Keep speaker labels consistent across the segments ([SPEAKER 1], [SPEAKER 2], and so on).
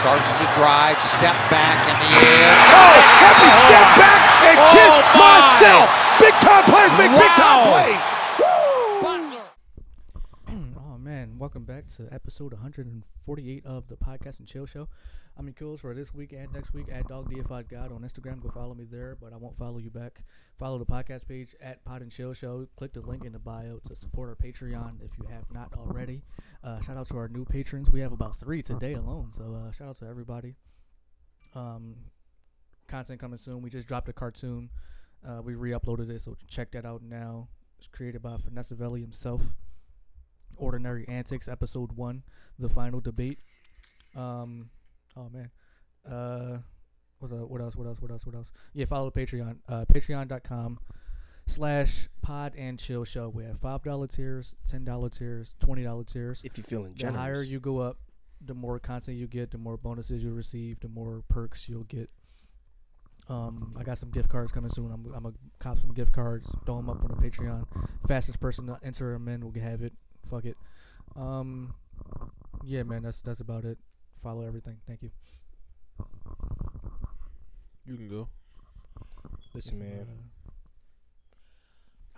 [SPEAKER 1] Starts to drive, step back in the air.
[SPEAKER 2] Oh, happy
[SPEAKER 1] Oh.
[SPEAKER 2] step back and
[SPEAKER 1] Oh,
[SPEAKER 2] kiss
[SPEAKER 1] my.
[SPEAKER 2] myself. Big time plays make big time
[SPEAKER 1] Wow.
[SPEAKER 2] plays.
[SPEAKER 1] Butler.
[SPEAKER 3] oh man, welcome back to episode 148 of the podcast and chill show. I'm your co-host for this week and next week at Dog Deified God on Instagram. Go follow me there, but I won't follow you back. Follow the podcast page at Pod and Chill Show. Click the link in the bio to support our Patreon if you have not already. Uh, shout out to our new patrons. We have about three today alone, so uh, shout out to everybody. Um, content coming soon. We just dropped a cartoon. Uh, we re-uploaded it, so check that out now. It's created by Vanessa Velli himself. Ordinary Antics, Episode One, the final debate. Um, oh man, uh, what's up? What else? What else? What else? What else? Yeah, follow the Patreon. Uh, Patreon.com slash Pod and Chill Show. We have five dollar tiers, ten dollar tiers, twenty dollar tiers.
[SPEAKER 2] If you're feeling
[SPEAKER 3] The higher you go up, the more content you get, the more bonuses you receive, the more perks you'll get. Um, I got some gift cards coming soon. I'm, I'm gonna cop some gift cards, throw them up on the Patreon. Fastest person to enter them in will have it. Fuck it. Um, yeah, man, that's that's about it. Follow everything. Thank you.
[SPEAKER 4] You can go.
[SPEAKER 2] Listen, man.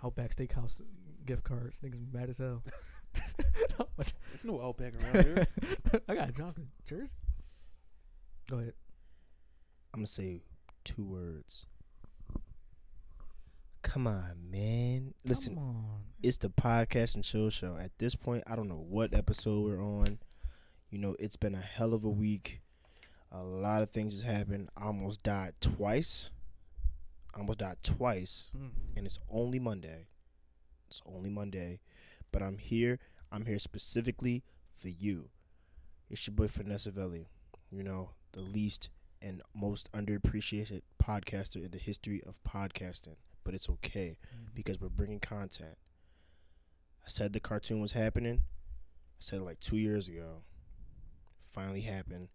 [SPEAKER 3] Uh, Outback Steakhouse gift cards. Niggas mad as hell.
[SPEAKER 4] There's no Outback around here.
[SPEAKER 3] I got dropped in Jersey. Go ahead.
[SPEAKER 2] I'm gonna say two words. Come on, man. Listen,
[SPEAKER 3] Come on.
[SPEAKER 2] it's the podcast and chill show. At this point, I don't know what episode we're on. You know, it's been a hell of a week. A lot of things has happened. I almost died twice. I almost died twice. and it's only Monday. It's only Monday, but I'm here. I'm here specifically for you. It's your boy Vanessa Velli, you know, the least and most underappreciated podcaster in the history of podcasting. But it's okay because we're bringing content. I said the cartoon was happening. I said it like two years ago. Finally happened.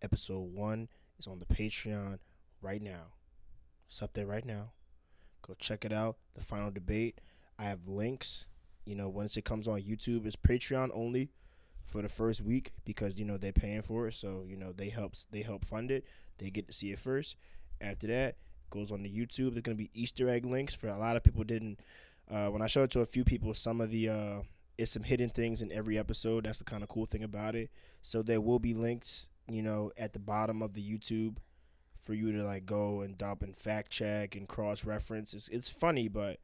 [SPEAKER 2] Episode one is on the Patreon right now. It's up there right now go check it out. The final debate. I have links. You know, once it comes on YouTube, it's Patreon only for the first week because you know they're paying for it, so you know they helps they help fund it. They get to see it first. After that, goes on to YouTube. There's gonna be Easter egg links for a lot of people didn't. Uh, when I showed it to a few people, some of the uh, it's some hidden things in every episode. That's the kind of cool thing about it. So there will be links, you know, at the bottom of the YouTube for you to like go and dump and fact check and cross reference. It's it's funny, but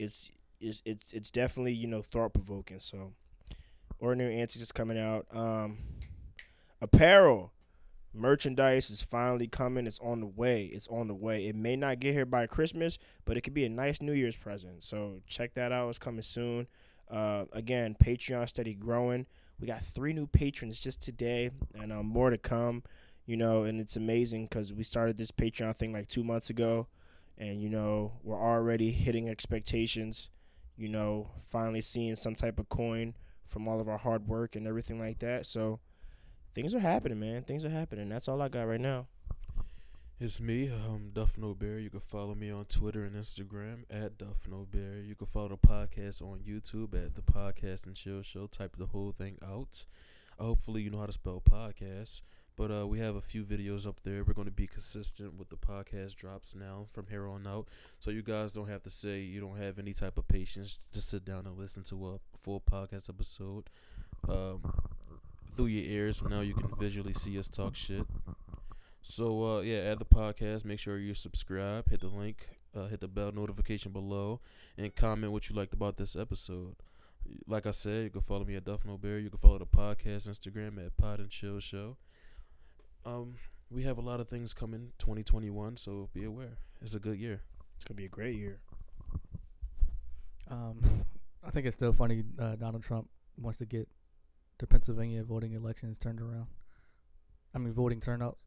[SPEAKER 2] it's it's it's it's definitely you know thought provoking. So, ordinary antics is coming out. Um, apparel merchandise is finally coming. It's on the way. It's on the way. It may not get here by Christmas, but it could be a nice New Year's present. So check that out. It's coming soon. Uh, again, Patreon steady growing. We got three new patrons just today, and uh, more to come you know, and it's amazing because we started this Patreon thing like two months ago, and you know, we're already hitting expectations, you know, finally seeing some type of coin from all of our hard work and everything like that. So things are happening, man. Things are happening. That's all I got right now.
[SPEAKER 4] It's me, um, Duff No Bear. You can follow me on Twitter and Instagram at Duff No Bear. You can follow the podcast on YouTube at the Podcast and Chill Show. Type the whole thing out. Uh, hopefully, you know how to spell podcast. But uh, we have a few videos up there. We're going to be consistent with the podcast drops now from here on out. So you guys don't have to say you don't have any type of patience. Just sit down and listen to a full podcast episode um, through your ears. Now you can visually see us talk shit. So uh, yeah, add the podcast. Make sure you subscribe. Hit the link. Uh, hit the bell notification below, and comment what you liked about this episode. Like I said, you can follow me at Duff No Bear. You can follow the podcast Instagram at Pod and Chill Show. Um, we have a lot of things coming 2021, so be aware. It's a good year.
[SPEAKER 2] It's gonna be a great year.
[SPEAKER 3] Um, I think it's still funny uh, Donald Trump wants to get the Pennsylvania voting elections turned around. I mean, voting turnout.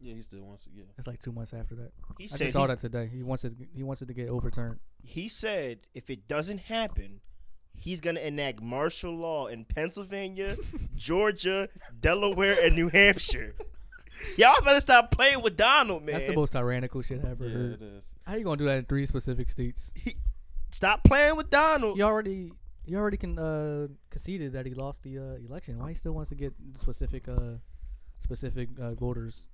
[SPEAKER 4] Yeah, he still wants to. Yeah,
[SPEAKER 3] It's like two months after that.
[SPEAKER 2] He
[SPEAKER 3] I just saw that today. He wants it. He wants it to get overturned.
[SPEAKER 2] he said if it doesn't happen, he's gonna enact martial law in Pennsylvania, Georgia, Delaware, and New Hampshire. Y'all better stop playing with Donald, man.
[SPEAKER 3] That's the most tyrannical shit I ever
[SPEAKER 4] yeah, it
[SPEAKER 3] heard.
[SPEAKER 4] is.
[SPEAKER 3] How you gonna do that in three specific states?
[SPEAKER 2] Stop playing with Donald.
[SPEAKER 3] You already, you already can uh, conceded that he lost the uh, election. Why he still wants to get specific uh, specific uh, voters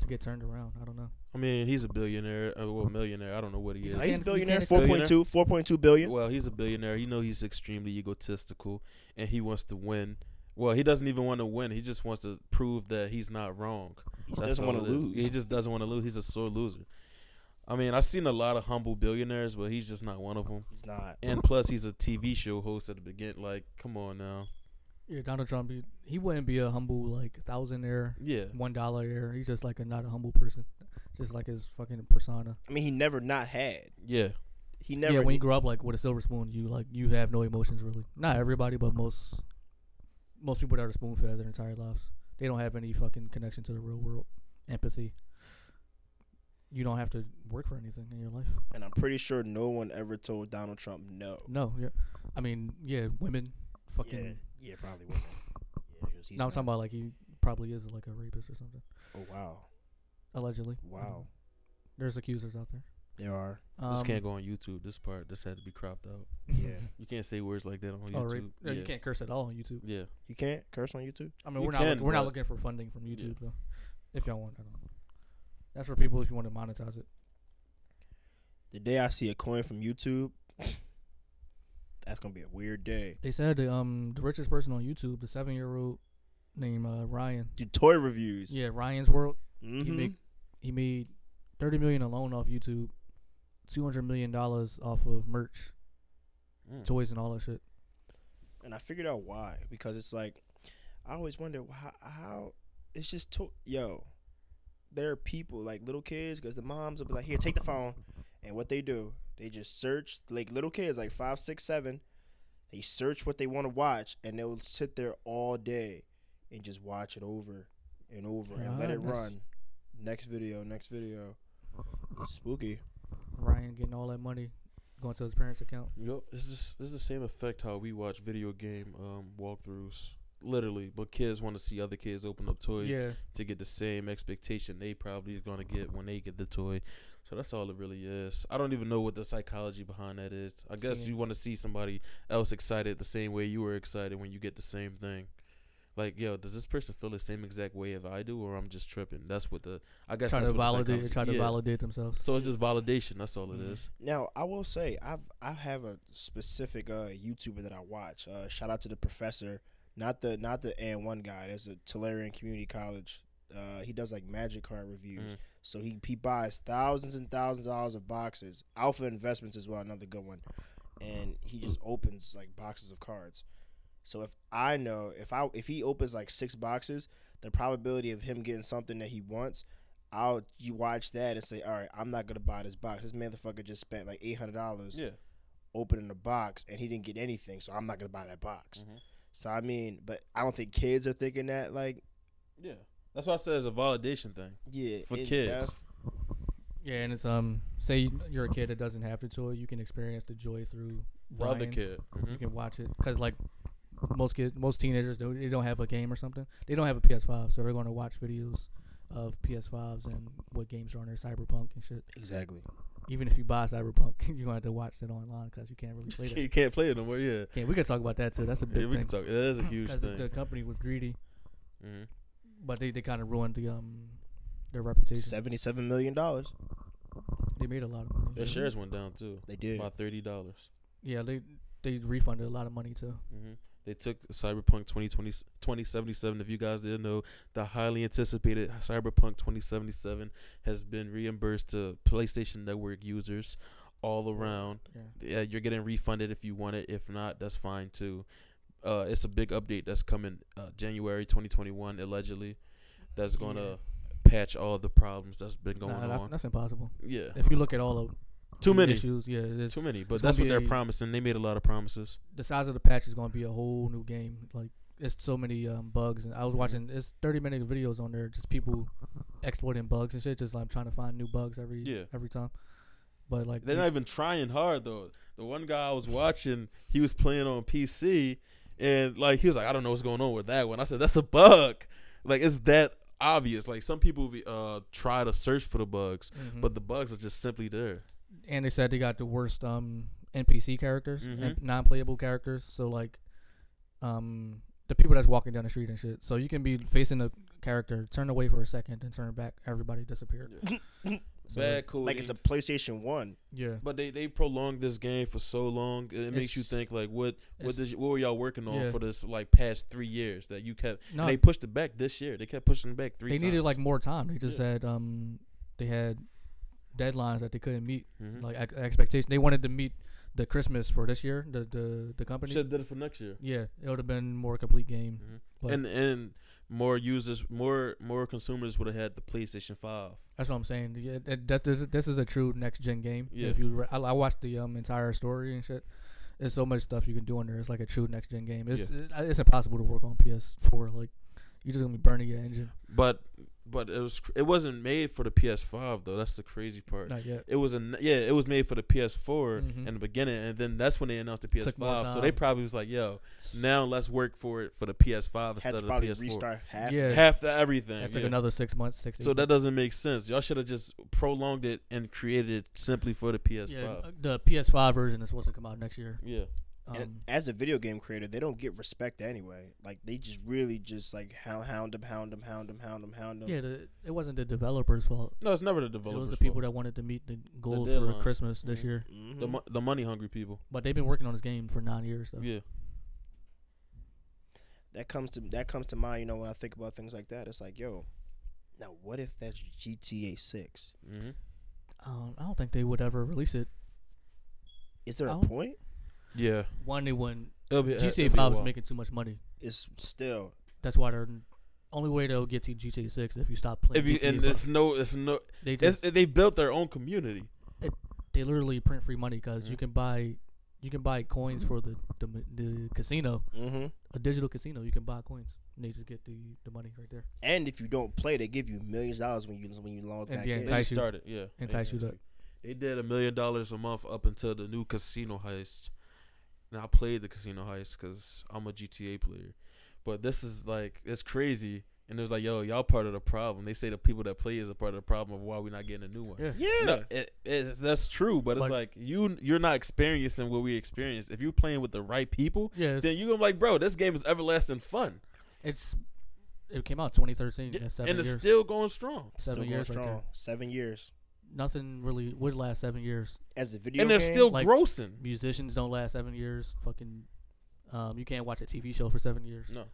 [SPEAKER 3] to get turned around. I don't know.
[SPEAKER 4] I mean, he's a billionaire or well, millionaire. I don't know what he
[SPEAKER 3] He's
[SPEAKER 4] is.
[SPEAKER 3] a
[SPEAKER 2] He's a
[SPEAKER 3] can't- you
[SPEAKER 2] billionaire,
[SPEAKER 3] can't
[SPEAKER 2] 4.2, 4.2 billion.
[SPEAKER 4] Well, he's a billionaire. You know he's extremely egotistical and he wants to win. Well, he doesn't even want to win. He just wants to prove that he's not wrong.
[SPEAKER 2] He
[SPEAKER 4] That's
[SPEAKER 2] doesn't
[SPEAKER 4] all
[SPEAKER 2] want to
[SPEAKER 4] it is.
[SPEAKER 2] lose.
[SPEAKER 4] He just doesn't want to lose. He's a sore loser. I mean, I've seen a lot of humble billionaires, but he's just not one of them.
[SPEAKER 2] He's not.
[SPEAKER 4] And plus, he's a TV show host at the beginning. Like, come on now.
[SPEAKER 3] Yeah, Donald Trump, he, he wouldn't be a humble like thousandaire,
[SPEAKER 4] Yeah.
[SPEAKER 3] one dollar air. He's just like a not a humble person, just like his fucking persona.
[SPEAKER 2] I mean, he never not had.
[SPEAKER 4] Yeah.
[SPEAKER 2] He never.
[SPEAKER 3] yeah, when you grow up like with a silver spoon, you like you have no emotions really. Not everybody, but most most people that are spoon fed their entire lives, they don't have any fucking connection to the real world, empathy. You don't have to work for anything in your life.
[SPEAKER 2] and I'm pretty sure no one ever told Donald Trump no.
[SPEAKER 3] No, yeah, I mean, yeah, women, fucking.
[SPEAKER 2] Yeah, yeah, probably women. Yeah, 'cause he's
[SPEAKER 3] no, I'm
[SPEAKER 2] not-
[SPEAKER 3] talking about like he probably is like a rapist or something,
[SPEAKER 2] Oh wow,
[SPEAKER 3] allegedly.
[SPEAKER 2] wow.
[SPEAKER 3] There's accusers out there.
[SPEAKER 2] There are.
[SPEAKER 4] this
[SPEAKER 3] Um,
[SPEAKER 4] can't go on YouTube. This part, this had to be cropped out.
[SPEAKER 2] Yeah.
[SPEAKER 4] You can't say words like that on
[SPEAKER 3] Oh,
[SPEAKER 4] YouTube.
[SPEAKER 3] right. No,
[SPEAKER 4] yeah.
[SPEAKER 3] you can't curse at all on YouTube.
[SPEAKER 4] Yeah.
[SPEAKER 2] You can't curse on YouTube.
[SPEAKER 3] I mean,
[SPEAKER 4] You
[SPEAKER 3] we're not
[SPEAKER 4] can,
[SPEAKER 3] look- we're not
[SPEAKER 4] but-
[SPEAKER 3] looking for funding from
[SPEAKER 4] Yeah.
[SPEAKER 3] YouTube though. If y'all want, I don't know. That's for people if you want to monetize it.
[SPEAKER 2] The day I see a coin from YouTube, that's gonna be a weird day.
[SPEAKER 3] They said the, um the richest person on YouTube, the seven year old named uh, Ryan.
[SPEAKER 2] Do toy reviews.
[SPEAKER 3] Yeah, Ryan's World. He
[SPEAKER 2] Mhm.
[SPEAKER 3] make he made thirty million alone off YouTube, two hundred million dollars off of merch,
[SPEAKER 4] Mm.
[SPEAKER 3] toys, and all that shit.
[SPEAKER 2] and I figured out why because it's like I always wonder wh- how, how it's just to- yo there are people like little kids because the moms will be like here take the phone and what they do they just search like little kids like five six seven they search what they want to watch and they'll sit there all day and just watch it over and over and let
[SPEAKER 3] Ah,
[SPEAKER 2] it
[SPEAKER 3] that's-
[SPEAKER 2] run next video next video it's spooky
[SPEAKER 3] Ryan getting all that money, going to his parents' account.
[SPEAKER 4] Yup, it's just it's the same effect how we watch video game um, walkthroughs, literally. But kids want to see other kids open up toys
[SPEAKER 3] Yeah,
[SPEAKER 4] to get the same expectation they probably is gonna get when they get the toy. So that's all it really is. I don't even know what the psychology behind that is. I guess
[SPEAKER 3] Same.
[SPEAKER 4] you want to see somebody else excited the same way you were excited when you get the same thing. Like, yo, does this person feel the same exact way if I do, or I'm just tripping? That's what the I guess
[SPEAKER 3] trying
[SPEAKER 4] that's
[SPEAKER 3] to
[SPEAKER 4] what the
[SPEAKER 3] validate,
[SPEAKER 4] psychology-
[SPEAKER 3] trying to
[SPEAKER 4] yeah.
[SPEAKER 3] validate themselves.
[SPEAKER 4] So it's just validation. That's all
[SPEAKER 3] Mm-hmm.
[SPEAKER 4] it is.
[SPEAKER 2] Now I will say I've I have a specific uh, YouTuber that I watch. Uh, shout out to the professor, not the not the and one guy. There's a Tularian Community College. Uh, he does like magic card reviews.
[SPEAKER 4] Mm.
[SPEAKER 2] So he he buys thousands and thousands of dollars of boxes. Alpha Investments as well, another good one. And he just opens like boxes of cards. So if I know if I if he opens like six boxes, the probability of him getting something that he wants, I'll you watch that and say, all right, I'm not gonna buy this box. This motherfucker just spent like eight hundred dollars
[SPEAKER 4] Yeah.
[SPEAKER 2] opening the box and he didn't get anything, so I'm not gonna buy that box.
[SPEAKER 3] Mm-hmm.
[SPEAKER 4] Mhm.
[SPEAKER 2] So I mean, but I don't think kids are thinking that. Like,
[SPEAKER 4] Yeah. That's why I said it's a validation thing.
[SPEAKER 2] yeah,
[SPEAKER 4] For
[SPEAKER 2] it's
[SPEAKER 4] kids.
[SPEAKER 2] def-
[SPEAKER 3] Yeah, and it's um, say you're a kid that doesn't have the toy, you can experience the joy through
[SPEAKER 4] The other
[SPEAKER 3] Ryan. Mm-hmm.
[SPEAKER 4] kid.
[SPEAKER 3] You can watch it because like most kid, most teenagers, they they don't have a game or something. They don't have a PS5, so they're going to watch videos of PS5s and what games are on there, Cyberpunk and shit.
[SPEAKER 2] exactly.
[SPEAKER 3] Even if you buy Cyberpunk, you're gonna have to watch it online because you can't really play that.
[SPEAKER 4] You can't play it no more. Yeah.
[SPEAKER 3] Yeah, we could talk about that too. That's a
[SPEAKER 4] Yeah,
[SPEAKER 3] big
[SPEAKER 4] we can
[SPEAKER 3] thing.
[SPEAKER 4] talk. That is a huge
[SPEAKER 3] Because Mm-hmm. the
[SPEAKER 4] thing.
[SPEAKER 3] company was greedy,
[SPEAKER 4] Mhm.
[SPEAKER 3] but they, they kind of ruined the um their reputation.
[SPEAKER 2] Seventy-seven million dollars.
[SPEAKER 3] They made a lot of money.
[SPEAKER 4] Their shares went down too,
[SPEAKER 2] They did.
[SPEAKER 4] about thirty dollars.
[SPEAKER 3] Yeah, they they refunded a lot of money too.
[SPEAKER 4] hmm They took Cyberpunk 2020, 2077. If you guys didn't know, the highly anticipated Cyberpunk 2077 has been reimbursed to PlayStation Network users all around.
[SPEAKER 3] Yeah.
[SPEAKER 4] yeah, you're getting refunded if you want it. If not, that's fine too. Uh, it's a big update that's coming uh, January 2021 allegedly. That's gonna
[SPEAKER 3] Yeah.
[SPEAKER 4] patch all the problems that's been going
[SPEAKER 3] Nah, that-
[SPEAKER 4] on.
[SPEAKER 3] that's impossible.
[SPEAKER 4] yeah,
[SPEAKER 3] If you look at all of
[SPEAKER 4] too
[SPEAKER 3] the
[SPEAKER 4] many,
[SPEAKER 3] issues, yeah, it's,
[SPEAKER 4] too many. But
[SPEAKER 3] it's
[SPEAKER 4] that's
[SPEAKER 3] gonna
[SPEAKER 4] what
[SPEAKER 3] be
[SPEAKER 4] they're
[SPEAKER 3] a-
[SPEAKER 4] promising. They made a lot of promises.
[SPEAKER 3] the size of the patch is going to be a whole new game. Like it's so many um, bugs, and I was watching it's thirty minute videos on there, just people exploiting bugs and shit, just like trying to find new bugs every
[SPEAKER 4] Yeah.
[SPEAKER 3] every time. But like
[SPEAKER 4] They're
[SPEAKER 3] you-
[SPEAKER 4] not even trying hard though. The one guy I was watching, he was playing on PC, and like he was like, I don't know what's going on with that one. I said that's a bug. Like it's that obvious. Like some people be- uh try to search for the bugs,
[SPEAKER 3] Mhm.
[SPEAKER 4] but the bugs are just simply there.
[SPEAKER 3] and they said they got the worst um NPC characters,
[SPEAKER 4] Mhm.
[SPEAKER 3] non playable characters. So like, um, the people that's walking down the street and shit. So you can be facing a character, turn away for a second, and turn back. Everybody disappeared. So,
[SPEAKER 4] Bad coding.
[SPEAKER 2] Like it's a PlayStation One.
[SPEAKER 3] yeah.
[SPEAKER 4] but they, they prolonged this game for so long. It, it makes you
[SPEAKER 3] It's-
[SPEAKER 4] think like what what
[SPEAKER 3] it's-
[SPEAKER 4] did you, what were y'all working on
[SPEAKER 3] Yeah.
[SPEAKER 4] for this like past three years that you kept and
[SPEAKER 3] No.
[SPEAKER 4] they pushed it back this year. They kept pushing it back three.
[SPEAKER 3] They
[SPEAKER 4] times.
[SPEAKER 3] needed like more time. They just
[SPEAKER 4] Yeah.
[SPEAKER 3] had um, they had deadlines that they couldn't meet,
[SPEAKER 4] Mhm.
[SPEAKER 3] like ex- expectation. They wanted to meet the Christmas for this year. The the the company.
[SPEAKER 4] should have did it for next year.
[SPEAKER 3] yeah, it would have been more complete
[SPEAKER 4] Mm-hmm.
[SPEAKER 3] game. But-
[SPEAKER 4] and and more users, more more consumers would have had the PlayStation Five.
[SPEAKER 3] That's what I'm saying. Yeah, that, that, this, this is a true next gen game.
[SPEAKER 4] Yeah.
[SPEAKER 3] If you, re- I, I watched the um entire story and shit. There's so much stuff you can do on there. It's like a true next gen game. It's it- it's impossible to work on PS4. Like you're just gonna be burning your engine.
[SPEAKER 4] But but it was cr- it wasn't made for the PS Five though. That's the crazy part.
[SPEAKER 3] Not yet.
[SPEAKER 4] It was a n- yeah. It was made for the PS4
[SPEAKER 3] Mhm.
[SPEAKER 4] in the beginning, and then that's when they announced the
[SPEAKER 3] Took more
[SPEAKER 4] PS5. So they
[SPEAKER 3] time.
[SPEAKER 4] probably was like, "Yo, now let's work for it for the PS5 instead
[SPEAKER 2] Had
[SPEAKER 4] of
[SPEAKER 2] to
[SPEAKER 4] the
[SPEAKER 2] probably
[SPEAKER 4] PS4."
[SPEAKER 2] restart half.
[SPEAKER 3] Yeah.
[SPEAKER 4] Half the everything.
[SPEAKER 3] That took
[SPEAKER 4] yeah.
[SPEAKER 3] another six months. Six.
[SPEAKER 4] So
[SPEAKER 3] eight
[SPEAKER 4] that
[SPEAKER 3] months.
[SPEAKER 4] doesn't make sense. Y'all should have just prolonged it and created it simply for the PS5.
[SPEAKER 3] Yeah,
[SPEAKER 4] Yeah.
[SPEAKER 3] uh, the PS5 version is supposed to come out next year.
[SPEAKER 2] And
[SPEAKER 3] Um,
[SPEAKER 2] as a video game creator, they don't get respect anyway. Like they just really just like hound, hound them, hound them, hound them, hound them, hound them.
[SPEAKER 3] yeah, the, it wasn't the developers' fault.
[SPEAKER 4] No, it's never the
[SPEAKER 3] It was
[SPEAKER 4] developers.
[SPEAKER 3] the people Mm-hmm. that wanted to meet the goals for
[SPEAKER 4] deadlines. Mm-hmm.
[SPEAKER 3] Christmas this
[SPEAKER 2] Mhm.
[SPEAKER 3] year.
[SPEAKER 2] Mhm.
[SPEAKER 4] the, mo- the money hungry people.
[SPEAKER 3] But they've been working on this game for nine years. Though.
[SPEAKER 4] Yeah.
[SPEAKER 2] that comes to that comes to mind. You know, when I think about things like that, it's like, yo, now what if that's GTA Six?
[SPEAKER 4] hmm
[SPEAKER 3] Um, I don't think they would ever release it.
[SPEAKER 2] Is there a
[SPEAKER 3] Oh.
[SPEAKER 2] point?
[SPEAKER 4] Yeah.
[SPEAKER 3] One, they wouldn't.
[SPEAKER 4] It'll be, uh, it'll be a
[SPEAKER 3] GTA 5 is
[SPEAKER 4] while.
[SPEAKER 3] making too much money.
[SPEAKER 2] It's still
[SPEAKER 3] That's why they're only way they'll get to GTA Six if you stop playing.
[SPEAKER 4] If you
[SPEAKER 3] GTA
[SPEAKER 4] and
[SPEAKER 3] 5.
[SPEAKER 4] it's no, it's no.
[SPEAKER 3] they
[SPEAKER 4] It's,
[SPEAKER 3] just
[SPEAKER 4] they built their own community.
[SPEAKER 3] they literally print free money because you
[SPEAKER 4] Mhm.
[SPEAKER 3] can buy you can buy coins for the the, m- the casino,
[SPEAKER 2] Mm-hmm.
[SPEAKER 3] a digital casino. You can buy coins. And they just get the the money right there.
[SPEAKER 2] And if you don't play, they give you millions of dollars when you when you log
[SPEAKER 3] And
[SPEAKER 2] back
[SPEAKER 3] the
[SPEAKER 2] in.
[SPEAKER 4] They
[SPEAKER 3] entice
[SPEAKER 4] just
[SPEAKER 3] you.
[SPEAKER 4] started. Yeah.
[SPEAKER 3] Entice you to
[SPEAKER 4] They did a million dollars a month up until the new casino heist. And I played the casino heist because I'm a GTA player. But this is like, it's crazy. And it was like, yo, y'all part of the problem. They say the people that play is a part of the problem of why we're not getting a new one.
[SPEAKER 3] Yeah.
[SPEAKER 2] Yeah,
[SPEAKER 4] No, it, it's, that's true, but it's
[SPEAKER 3] But-
[SPEAKER 4] like you you're not experiencing what we experienced. If you're playing with the right people,
[SPEAKER 3] yeah. It's,
[SPEAKER 4] then you're gonna be like, bro, this game is everlasting fun,
[SPEAKER 3] it's it came out 2013. That's seven
[SPEAKER 4] and it's
[SPEAKER 3] years.
[SPEAKER 4] still going strong.
[SPEAKER 2] Still
[SPEAKER 3] seven
[SPEAKER 2] going
[SPEAKER 3] years right
[SPEAKER 2] strong.
[SPEAKER 3] there.
[SPEAKER 2] seven years
[SPEAKER 3] Nothing really would last seven years.
[SPEAKER 2] as a video.
[SPEAKER 4] and they're
[SPEAKER 2] game,
[SPEAKER 4] still
[SPEAKER 3] like-
[SPEAKER 4] grossing.
[SPEAKER 3] Musicians don't last seven years. Fucking, um, you can't watch a TV show for seven years.
[SPEAKER 4] No,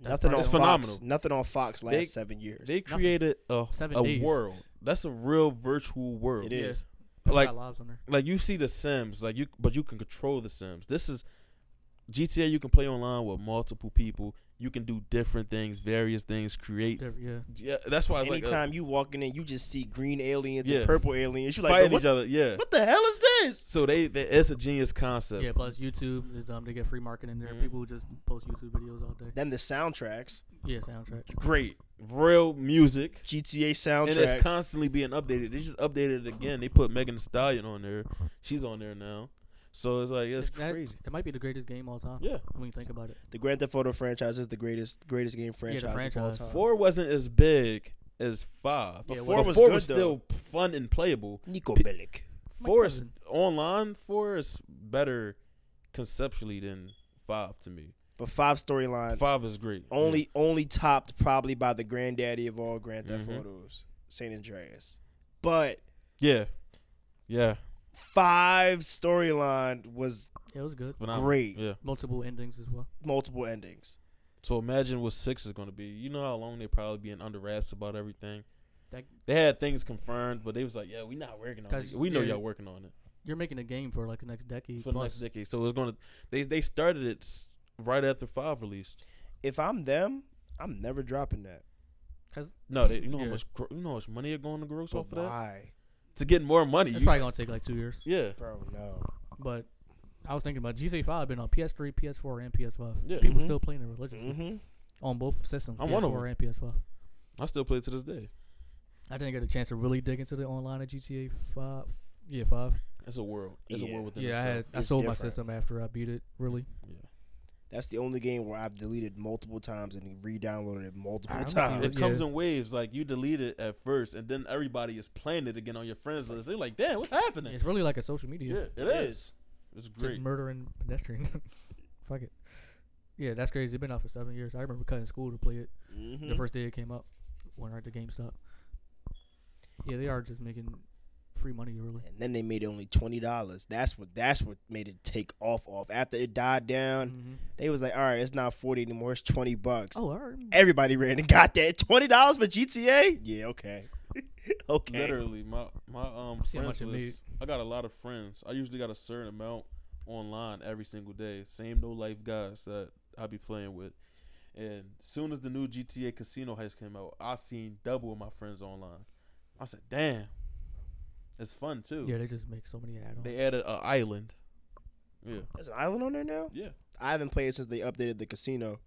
[SPEAKER 2] nothing on
[SPEAKER 4] That's
[SPEAKER 2] Fox.
[SPEAKER 4] phenomenal.
[SPEAKER 2] Nothing on Fox last
[SPEAKER 4] They-
[SPEAKER 2] seven years.
[SPEAKER 4] they created a
[SPEAKER 3] Seven
[SPEAKER 4] a
[SPEAKER 3] days.
[SPEAKER 4] world. That's a real virtual world.
[SPEAKER 2] it
[SPEAKER 3] Yeah.
[SPEAKER 2] is.
[SPEAKER 3] People
[SPEAKER 4] Like-
[SPEAKER 3] got lives on there.
[SPEAKER 4] Like you see the Sims, like you, but you can control the Sims. This is GTA. You can play online with multiple people. You can do different things, various things, create.
[SPEAKER 3] They're- yeah.
[SPEAKER 4] Yeah, that's why I was like, uh,
[SPEAKER 2] Anytime you walking in, you just see green aliens
[SPEAKER 4] Yeah.
[SPEAKER 2] and purple aliens.
[SPEAKER 4] uh,
[SPEAKER 2] You're like,
[SPEAKER 4] fighting
[SPEAKER 2] "Yo,
[SPEAKER 4] each other. Yeah.
[SPEAKER 2] what, what the hell is this?
[SPEAKER 4] So they, they, it's a genius concept.
[SPEAKER 3] Yeah, plus YouTube, um, they get free marketing there.
[SPEAKER 4] Mhm.
[SPEAKER 3] People who just post YouTube videos all day.
[SPEAKER 2] Then the soundtracks,
[SPEAKER 3] Yeah, soundtracks.
[SPEAKER 4] great, real music,
[SPEAKER 2] GTA
[SPEAKER 4] and it's
[SPEAKER 2] soundtracks.
[SPEAKER 4] constantly being updated. They just updated it again. They put Megan Thee Stallion on there. She's on there now, so it's like it's
[SPEAKER 3] Is that-
[SPEAKER 4] crazy.
[SPEAKER 3] It might be the greatest game all time.
[SPEAKER 4] Yeah,
[SPEAKER 3] When you think about it.
[SPEAKER 2] the Grand Theft Auto franchise is the greatest, greatest game franchise,
[SPEAKER 3] franchise.
[SPEAKER 2] of all time.
[SPEAKER 4] four wasn't as big as five.
[SPEAKER 3] Yeah,
[SPEAKER 4] But
[SPEAKER 3] it
[SPEAKER 4] four,
[SPEAKER 2] wasn't.
[SPEAKER 4] was,
[SPEAKER 2] Four was
[SPEAKER 4] was
[SPEAKER 2] good,
[SPEAKER 4] still fun and playable.
[SPEAKER 2] Nico
[SPEAKER 4] P-
[SPEAKER 2] Bellic.
[SPEAKER 3] My
[SPEAKER 4] Four is
[SPEAKER 3] cousin.
[SPEAKER 4] online. Four is better conceptually than five to me.
[SPEAKER 2] But five storyline
[SPEAKER 4] Five is great.
[SPEAKER 2] only only topped probably by the granddaddy of all Grand Theft
[SPEAKER 4] Mhm.
[SPEAKER 2] Autos, San Andreas. But
[SPEAKER 4] yeah, yeah,
[SPEAKER 2] five storyline was
[SPEAKER 3] Yeah, it was good.
[SPEAKER 4] phenomenal.
[SPEAKER 2] Great.
[SPEAKER 4] Yeah.
[SPEAKER 3] Multiple endings as well.
[SPEAKER 2] multiple endings.
[SPEAKER 4] So imagine what six is going to be. You know how long they probably been under wraps about everything.
[SPEAKER 3] That-
[SPEAKER 4] they had things confirmed, but they was like, "Yeah, we not working on
[SPEAKER 3] Cause-
[SPEAKER 4] it. We know
[SPEAKER 3] yeah.
[SPEAKER 4] y'all working on it
[SPEAKER 3] You're making a game for like the next decade.
[SPEAKER 4] for the
[SPEAKER 3] plus.
[SPEAKER 4] next decade." So it's gonna. They they started it s- right after five released.
[SPEAKER 2] If I'm them, I'm never dropping that.
[SPEAKER 4] No, they, you know
[SPEAKER 3] Yeah.
[SPEAKER 4] how much gro- you know how much money are going to gross
[SPEAKER 2] But
[SPEAKER 4] off of that
[SPEAKER 2] why,
[SPEAKER 4] to get more money.
[SPEAKER 3] It's
[SPEAKER 4] you-
[SPEAKER 3] probably gonna take like two years.
[SPEAKER 4] yeah,
[SPEAKER 2] bro? No.
[SPEAKER 3] But I was thinking about GTA Five been on PS3, PS4, and PS5.
[SPEAKER 4] Yeah.
[SPEAKER 3] People
[SPEAKER 2] Mhm.
[SPEAKER 3] still playing it religiously
[SPEAKER 2] Mm-hmm.
[SPEAKER 3] on both systems,
[SPEAKER 4] I'm one of
[SPEAKER 3] PS4 and PS5.
[SPEAKER 4] I still play it to this day.
[SPEAKER 3] I didn't get a chance to really dig into the online at GTA Five. Yeah, five.
[SPEAKER 4] It's a world. It's a
[SPEAKER 2] Yeah.
[SPEAKER 4] world within
[SPEAKER 3] Yeah, I
[SPEAKER 4] itself.
[SPEAKER 3] had. I
[SPEAKER 2] It's
[SPEAKER 3] sold my
[SPEAKER 2] different.
[SPEAKER 3] system after I beat it. Really,
[SPEAKER 2] That's the only game where I've deleted multiple times and re-downloaded it multiple
[SPEAKER 3] I'm
[SPEAKER 2] times.
[SPEAKER 3] seeing-
[SPEAKER 4] It
[SPEAKER 3] Yeah.
[SPEAKER 4] comes in waves. Like you delete it at first, and then everybody is playing it again on your friends list. They're like, "Damn, what's happening?"
[SPEAKER 3] it's really like a social media.
[SPEAKER 4] yeah, it is. It's
[SPEAKER 3] Just
[SPEAKER 4] great.
[SPEAKER 3] murdering pedestrians. Fuck it. Yeah, that's crazy. It's been out for seven years. I remember cutting school to play it
[SPEAKER 2] Mm-hmm.
[SPEAKER 3] the first day it came up when I at the GameStop. Yeah, they are just making free money really.
[SPEAKER 2] and then they made it only twenty dollars. That's what that's what made it take off off. After it died down,
[SPEAKER 3] Mhm.
[SPEAKER 2] they was like, all right, it's not forty anymore. It's twenty bucks.
[SPEAKER 3] Oh, all right.
[SPEAKER 2] Everybody ran and got that twenty dollars for GTA. Yeah, okay, okay.
[SPEAKER 4] Literally, my my um
[SPEAKER 3] See how much
[SPEAKER 4] friends
[SPEAKER 3] it
[SPEAKER 4] list. I got a lot of friends. I usually got a certain amount online every single day. Same no life guys that I be playing with. And soon as the new GTA Casino heist came out, I seen double of my friends online. I said, "Damn, it's fun too."
[SPEAKER 3] Yeah, they just make so many add-ons.
[SPEAKER 4] They added an island. Yeah,
[SPEAKER 2] There's an island on there now.
[SPEAKER 4] yeah.
[SPEAKER 2] I haven't played since they updated the casino.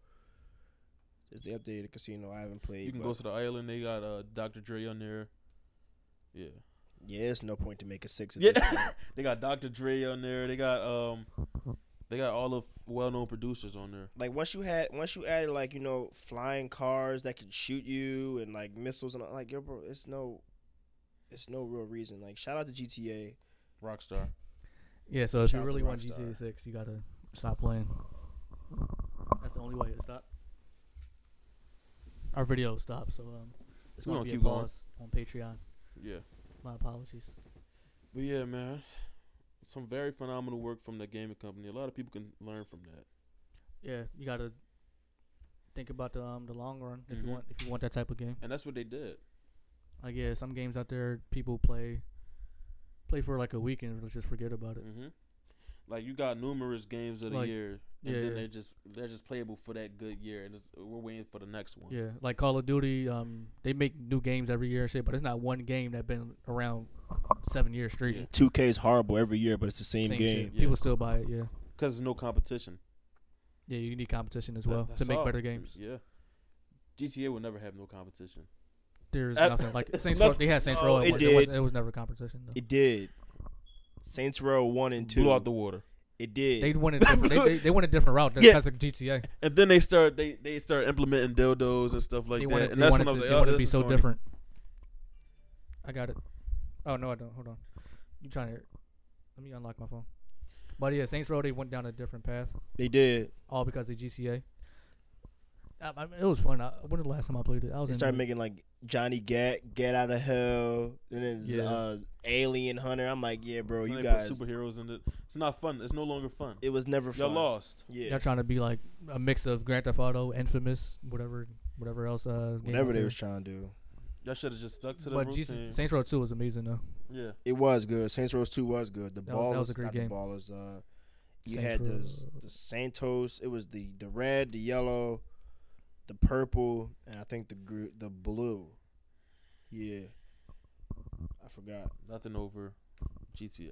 [SPEAKER 2] Since they updated the casino, I haven't played.
[SPEAKER 4] You can
[SPEAKER 2] but
[SPEAKER 4] go to the island. They got uh, Dr. Dre on there. Yeah,
[SPEAKER 2] yeah, it's no point to make a six. at
[SPEAKER 4] yeah.
[SPEAKER 2] this point.
[SPEAKER 4] they got Dr. Dre on there. They got um, they got all of well-known producers on there.
[SPEAKER 2] like once you had once you added like you know flying cars that could shoot you and like missiles and all- like yo bro it's no it's no real reason like shout out to GTA
[SPEAKER 4] Rockstar.
[SPEAKER 3] Yeah, so if you
[SPEAKER 2] Shout out to
[SPEAKER 3] really want
[SPEAKER 2] Rockstar.
[SPEAKER 3] GTA 6, you got to stop playing. That's the only way to stop. Our video stopped, so um, it's
[SPEAKER 4] We
[SPEAKER 3] going to be
[SPEAKER 4] gonna
[SPEAKER 3] a
[SPEAKER 4] keep going.
[SPEAKER 3] pause on Patreon.
[SPEAKER 4] Yeah.
[SPEAKER 3] My apologies.
[SPEAKER 4] But yeah, man, some very phenomenal work from the gaming company. A lot of people can learn from that.
[SPEAKER 3] Yeah, you got to think about the um the long run if
[SPEAKER 4] Mhm.
[SPEAKER 3] you want if you want that type of game.
[SPEAKER 4] And that's what they did.
[SPEAKER 3] Like yeah, some games out there people play play for like a week and just forget about it.
[SPEAKER 4] hmm Like you got numerous games of the
[SPEAKER 3] Like-
[SPEAKER 4] year, and
[SPEAKER 3] yeah,
[SPEAKER 4] then
[SPEAKER 3] yeah.
[SPEAKER 4] they're just they're just playable for that good year, and it's, we're waiting for the next one.
[SPEAKER 3] Yeah, like Call of Duty, um, they make new games every year and shit, but it's not one game that been around seven years straight.
[SPEAKER 4] Yeah.
[SPEAKER 2] 2K is horrible every year but it's the same,
[SPEAKER 3] Same
[SPEAKER 2] game
[SPEAKER 3] shit.
[SPEAKER 4] yeah.
[SPEAKER 3] People still buy it. Yeah,
[SPEAKER 4] Because there's no competition
[SPEAKER 3] yeah. You need competition as
[SPEAKER 4] That-
[SPEAKER 3] well to
[SPEAKER 4] that's
[SPEAKER 3] make
[SPEAKER 4] all.
[SPEAKER 3] better games.
[SPEAKER 4] Yeah. GTA will never have no competition.
[SPEAKER 3] There's
[SPEAKER 4] Uh,
[SPEAKER 3] nothing like
[SPEAKER 4] it's
[SPEAKER 3] Saints Row.
[SPEAKER 4] nothing-
[SPEAKER 3] They had Saints
[SPEAKER 2] No,
[SPEAKER 3] Row. at
[SPEAKER 2] it
[SPEAKER 3] one. There was,
[SPEAKER 2] did.
[SPEAKER 3] it was never competition. Though.
[SPEAKER 2] it did Saints Row 1 and 2
[SPEAKER 4] Blew out the water,
[SPEAKER 2] it did
[SPEAKER 3] They went a different. they, they, they went a different route. That's
[SPEAKER 4] Yeah.
[SPEAKER 3] because of GTA.
[SPEAKER 4] and then they start they they start implementing dildos and stuff like
[SPEAKER 3] they
[SPEAKER 4] that.
[SPEAKER 3] wanted.
[SPEAKER 4] and
[SPEAKER 3] they
[SPEAKER 4] that's
[SPEAKER 3] wanted
[SPEAKER 4] when
[SPEAKER 3] to,
[SPEAKER 4] I was
[SPEAKER 3] they
[SPEAKER 4] like, oh,
[SPEAKER 3] wanted to
[SPEAKER 4] this
[SPEAKER 3] be
[SPEAKER 4] is
[SPEAKER 3] so
[SPEAKER 4] corny.
[SPEAKER 3] different. I got it. Oh no, I don't. Hold on. You trying to? Let me unlock my phone. But yeah, Saints Row. They went down a different path.
[SPEAKER 2] they did
[SPEAKER 3] all because of GCA. I, I mean, it was fun. I, when the last time I played it, I was
[SPEAKER 2] they
[SPEAKER 3] in
[SPEAKER 4] Mm-hmm.
[SPEAKER 2] started
[SPEAKER 3] the-
[SPEAKER 2] making like Johnny Gat Get Out of Hell and then
[SPEAKER 3] Yeah.
[SPEAKER 2] uh, Alien Hunter I'm like yeah bro
[SPEAKER 4] When
[SPEAKER 2] you
[SPEAKER 4] they
[SPEAKER 2] guys
[SPEAKER 4] put superheroes in it. It's not fun. It's no longer fun.
[SPEAKER 2] it was never
[SPEAKER 4] Y'all
[SPEAKER 2] fun
[SPEAKER 4] lost.
[SPEAKER 2] yeah
[SPEAKER 3] Y'all trying to be like a mix of Grand Theft Auto, Infamous, whatever, whatever else. Uh, game
[SPEAKER 2] whatever
[SPEAKER 3] out
[SPEAKER 2] they
[SPEAKER 3] there.
[SPEAKER 2] was trying to do
[SPEAKER 4] Y'all should have just stuck to the
[SPEAKER 3] But
[SPEAKER 4] routine.
[SPEAKER 3] GC, Saints Row Two was amazing though.
[SPEAKER 4] yeah.
[SPEAKER 2] It was good. Saints Row Two was good. The
[SPEAKER 3] That
[SPEAKER 2] ballers,
[SPEAKER 3] was- that was a great
[SPEAKER 2] not
[SPEAKER 3] game.
[SPEAKER 2] the ballers. Uh, you
[SPEAKER 3] Saints
[SPEAKER 2] had those
[SPEAKER 3] Row.
[SPEAKER 2] the Santos. It was the the red, the yellow, the purple, and I think the gr- the blue. Yeah, I forgot.
[SPEAKER 4] Nothing over GTA.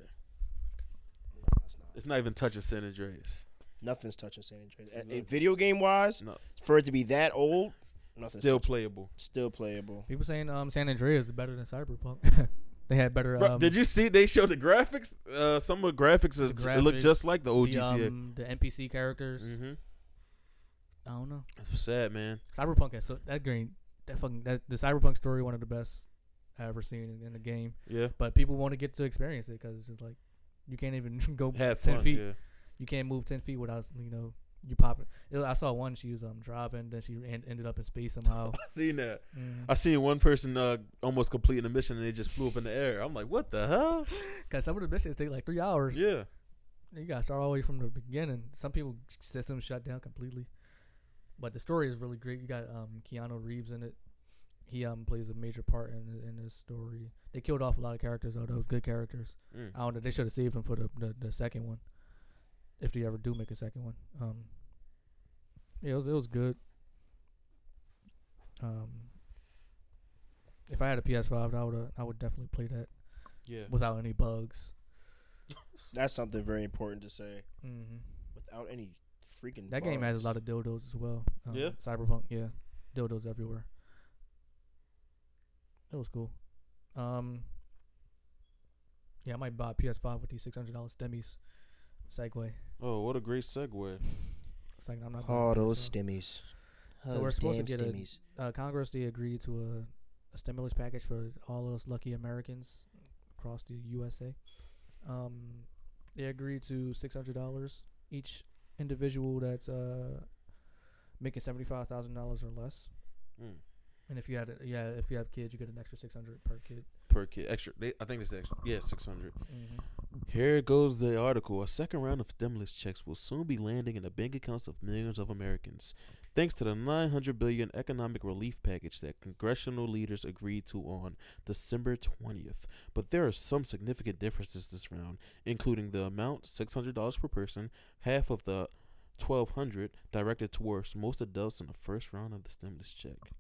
[SPEAKER 2] No, it's not.
[SPEAKER 4] It's not even touching San Andreas.
[SPEAKER 2] Nothing's touching San Andreas. A-
[SPEAKER 4] Exactly.
[SPEAKER 2] a- video game wise,
[SPEAKER 4] No.
[SPEAKER 2] for it to be that old, nothing's
[SPEAKER 4] Still
[SPEAKER 2] touching-
[SPEAKER 4] playable.
[SPEAKER 2] still playable.
[SPEAKER 3] People saying um, San Andreas is better than Cyberpunk. they had better.
[SPEAKER 4] Bro,
[SPEAKER 3] um,
[SPEAKER 4] did you see they showed the graphics? Uh, some of the graphics, is,
[SPEAKER 3] The
[SPEAKER 4] it look
[SPEAKER 3] graphics,
[SPEAKER 4] just like the old
[SPEAKER 3] the,
[SPEAKER 4] GTA.
[SPEAKER 3] um, the NPC characters?
[SPEAKER 4] mm-hmm.
[SPEAKER 3] I don't know.
[SPEAKER 4] Sad man.
[SPEAKER 3] Cyberpunk has so, that green that fucking that the Cyberpunk story one of the best I ever seen in, in the game.
[SPEAKER 4] Yeah.
[SPEAKER 3] But people want to get to experience it because it's just like you can't even go
[SPEAKER 4] Had
[SPEAKER 3] ten
[SPEAKER 4] fun.
[SPEAKER 3] feet.
[SPEAKER 4] Yeah.
[SPEAKER 3] you can't move ten feet without you know you popping. It was- I saw one. She was um driving, then she en- ended up in space somehow.
[SPEAKER 4] I seen that.
[SPEAKER 3] Mm.
[SPEAKER 4] I seen one person uh, almost completing a mission and they just flew up in the air. I'm like, what the hell?
[SPEAKER 3] Cause some of the missions take like three hours.
[SPEAKER 4] Yeah.
[SPEAKER 3] You gotta start all the way from the beginning. Some people systems shut down completely. But the story is really great. You got um Keanu Reeves in it. He um plays a major part in in this story. They killed off a lot of characters though. Those good characters.
[SPEAKER 4] Mm.
[SPEAKER 3] I don't know. They should have saved him for the, the the second one, if they ever do make a second one. Um, yeah, it was it was good. Um, if I had a PS5, I would I would definitely play that
[SPEAKER 4] Yeah.
[SPEAKER 3] without any bugs.
[SPEAKER 2] That's something very important to say.
[SPEAKER 3] hmm
[SPEAKER 2] Without any freaking.
[SPEAKER 3] That game has a lot
[SPEAKER 2] bugs.
[SPEAKER 3] of dildos as well. Um,
[SPEAKER 4] Yeah?
[SPEAKER 3] Cyberpunk, yeah, dildos everywhere. It was cool. Um, yeah, I might buy a PS5 with these six hundred dollars stemmies. Segway.
[SPEAKER 4] Oh, what a great segue.
[SPEAKER 3] It's like I'm not. gonna
[SPEAKER 2] All
[SPEAKER 3] do it,
[SPEAKER 2] Oh, those
[SPEAKER 3] so.
[SPEAKER 2] stimmies.
[SPEAKER 3] So we're supposed to get a- uh, Congress they agreed to a, a stimulus package for all of us lucky Americans across the USA. Um, they agreed to six hundred dollars each individual that's uh, making seventy five thousand dollars or less.
[SPEAKER 4] Mm.
[SPEAKER 3] And if you had a, yeah, if you have kids, you get an extra six hundred per kid.
[SPEAKER 4] per kid. Extra, they, I think it's extra. Yeah, six hundred. Here goes the article. A second round of stimulus checks will soon be landing in the bank accounts of millions of Americans, thanks to the 900 billion economic relief package that congressional leaders agreed to on December 20th. But there are some significant differences this round, including the amount $600 per person, half of the 1200 directed towards most adults in the first round of the stimulus check.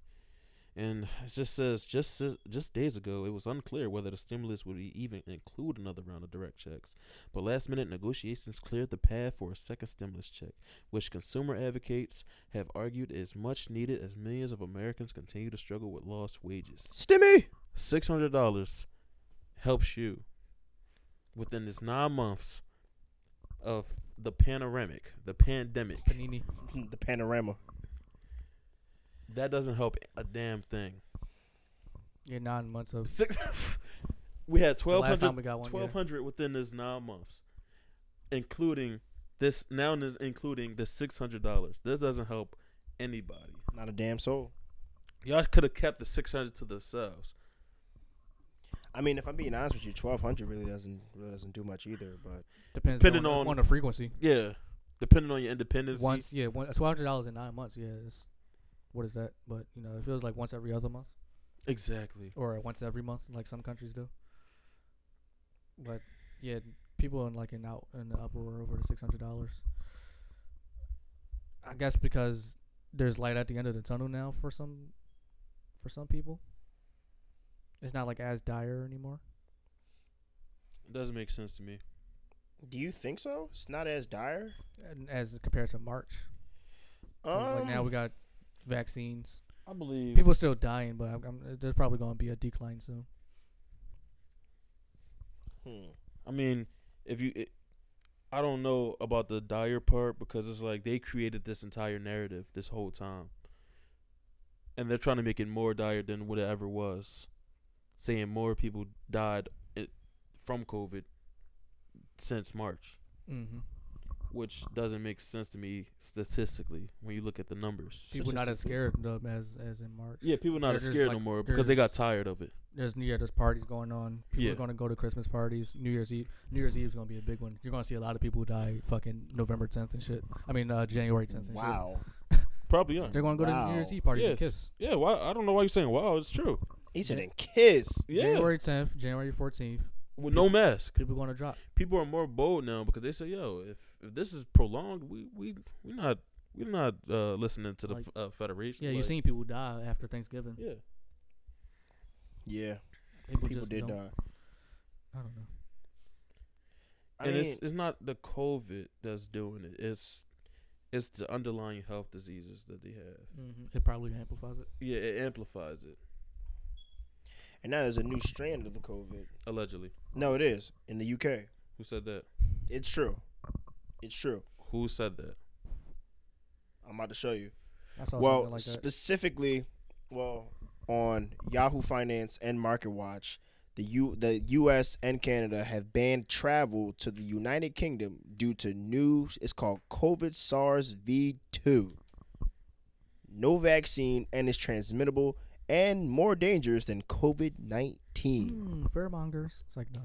[SPEAKER 4] And it just says just says- just days ago, it was unclear whether the stimulus would even include another round of direct checks. But last minute negotiations cleared the path for a second stimulus check, which consumer advocates have argued is much needed as millions of Americans continue to struggle with lost wages.
[SPEAKER 2] Stimmy.
[SPEAKER 4] Six hundred dollars helps you within this nine months of the panoramic, the pandemic.
[SPEAKER 3] Panini.
[SPEAKER 2] the panorama.
[SPEAKER 4] That doesn't help a damn thing.
[SPEAKER 3] Yeah, nine months of.
[SPEAKER 4] Six. we had
[SPEAKER 3] the
[SPEAKER 4] twelve
[SPEAKER 3] last
[SPEAKER 4] hundred
[SPEAKER 3] time we got one. yeah.
[SPEAKER 4] twelve hundred within this nine months, including this now is including the six hundred dollars. This doesn't help anybody.
[SPEAKER 2] Not a damn soul.
[SPEAKER 4] Y'all could have kept the six hundred to themselves.
[SPEAKER 2] I mean, if I'm being honest with you, twelve hundred really doesn't really doesn't do much either. But
[SPEAKER 3] Depends
[SPEAKER 4] depending
[SPEAKER 3] on,
[SPEAKER 4] on-
[SPEAKER 3] on the frequency.
[SPEAKER 4] Yeah, depending on your independence.
[SPEAKER 3] Once, yeah, one, twelve hundred dollars in nine months. Yeah, it's, what is that? But you know, it feels like once every other month
[SPEAKER 4] Exactly.
[SPEAKER 3] or once every month, like some countries do. But yeah, people in like an out in the uproar over the six hundred dollars. I guess because there's light at the end of the tunnel now for some, for some people. It's not like as dire anymore.
[SPEAKER 4] It doesn't make sense to me.
[SPEAKER 2] do you think so? It's not as dire.
[SPEAKER 3] and as compared to March. 'Cause, like
[SPEAKER 2] Um,
[SPEAKER 3] now we got vaccines.
[SPEAKER 4] Um. I believe
[SPEAKER 3] People still dying, but I'm, I'm, there's probably going to be a decline soon.
[SPEAKER 2] Hmm.
[SPEAKER 4] I mean, if you, it, I don't know about the dire part because it's like they created this entire narrative this whole time, and they're trying to make it more dire than what it ever was, saying more people died it, from COVID since March,
[SPEAKER 3] Mm-hmm.
[SPEAKER 4] which doesn't make sense to me statistically when you look at the numbers.
[SPEAKER 3] People not as scared though, as as in March.
[SPEAKER 4] Yeah, people not
[SPEAKER 3] They're
[SPEAKER 4] as
[SPEAKER 3] just
[SPEAKER 4] scared
[SPEAKER 3] like-
[SPEAKER 4] no more
[SPEAKER 3] they're
[SPEAKER 4] because they got
[SPEAKER 3] just-
[SPEAKER 4] tired of it.
[SPEAKER 3] There's yeah, there's parties going on. People
[SPEAKER 4] Yeah.
[SPEAKER 3] are going to go to Christmas parties. New Year's Eve. New Year's Eve is going to be a big one. You're going to see a lot of people die fucking November 10th and shit. I mean uh, January 10th. And
[SPEAKER 2] Wow.
[SPEAKER 4] Probably are.
[SPEAKER 3] Shit. They're going to go to New Year's
[SPEAKER 2] Wow.
[SPEAKER 3] Eve parties and
[SPEAKER 4] Yes.
[SPEAKER 3] kiss.
[SPEAKER 4] Yeah, why? I don't know why you're saying wow. It's true.
[SPEAKER 2] He said
[SPEAKER 3] Yeah.
[SPEAKER 2] in kiss.
[SPEAKER 4] Yeah,
[SPEAKER 3] January 10th, January 14th.
[SPEAKER 4] with no mask.
[SPEAKER 3] People going to drop.
[SPEAKER 4] people are more bold now because they say, "Yo, if, if this is prolonged, we we we not we're not uh, listening to the
[SPEAKER 3] Like-
[SPEAKER 4] f- uh, federation."
[SPEAKER 3] Yeah, you
[SPEAKER 4] Like,
[SPEAKER 3] seen people die after Thanksgiving.
[SPEAKER 4] Yeah,
[SPEAKER 2] Yeah.
[SPEAKER 3] People,
[SPEAKER 2] People
[SPEAKER 3] just
[SPEAKER 2] did
[SPEAKER 3] don't-
[SPEAKER 2] die.
[SPEAKER 3] I don't know.
[SPEAKER 2] I
[SPEAKER 4] and
[SPEAKER 2] mean,
[SPEAKER 4] it's it's not the COVID that's doing it. It's it's the underlying health diseases that they have.
[SPEAKER 3] Mm-hmm. It probably amplifies it.
[SPEAKER 4] Yeah, it amplifies it
[SPEAKER 2] and now there's a new strand of the COVID.
[SPEAKER 4] allegedly.
[SPEAKER 2] No, it is in the UK.
[SPEAKER 4] Who said that?
[SPEAKER 2] It's true. It's true.
[SPEAKER 4] Who said that?
[SPEAKER 2] I'm about to show you.
[SPEAKER 3] I saw
[SPEAKER 2] well,
[SPEAKER 3] something like that.
[SPEAKER 2] specifically, well, on Yahoo Finance and Market Watch, the U the U.S. and Canada have banned travel to the United Kingdom due to new. It's called COVID SARS V two. No vaccine and is transmittable and more dangerous than COVID nineteen.
[SPEAKER 3] Mm, fearmongers. It's like no.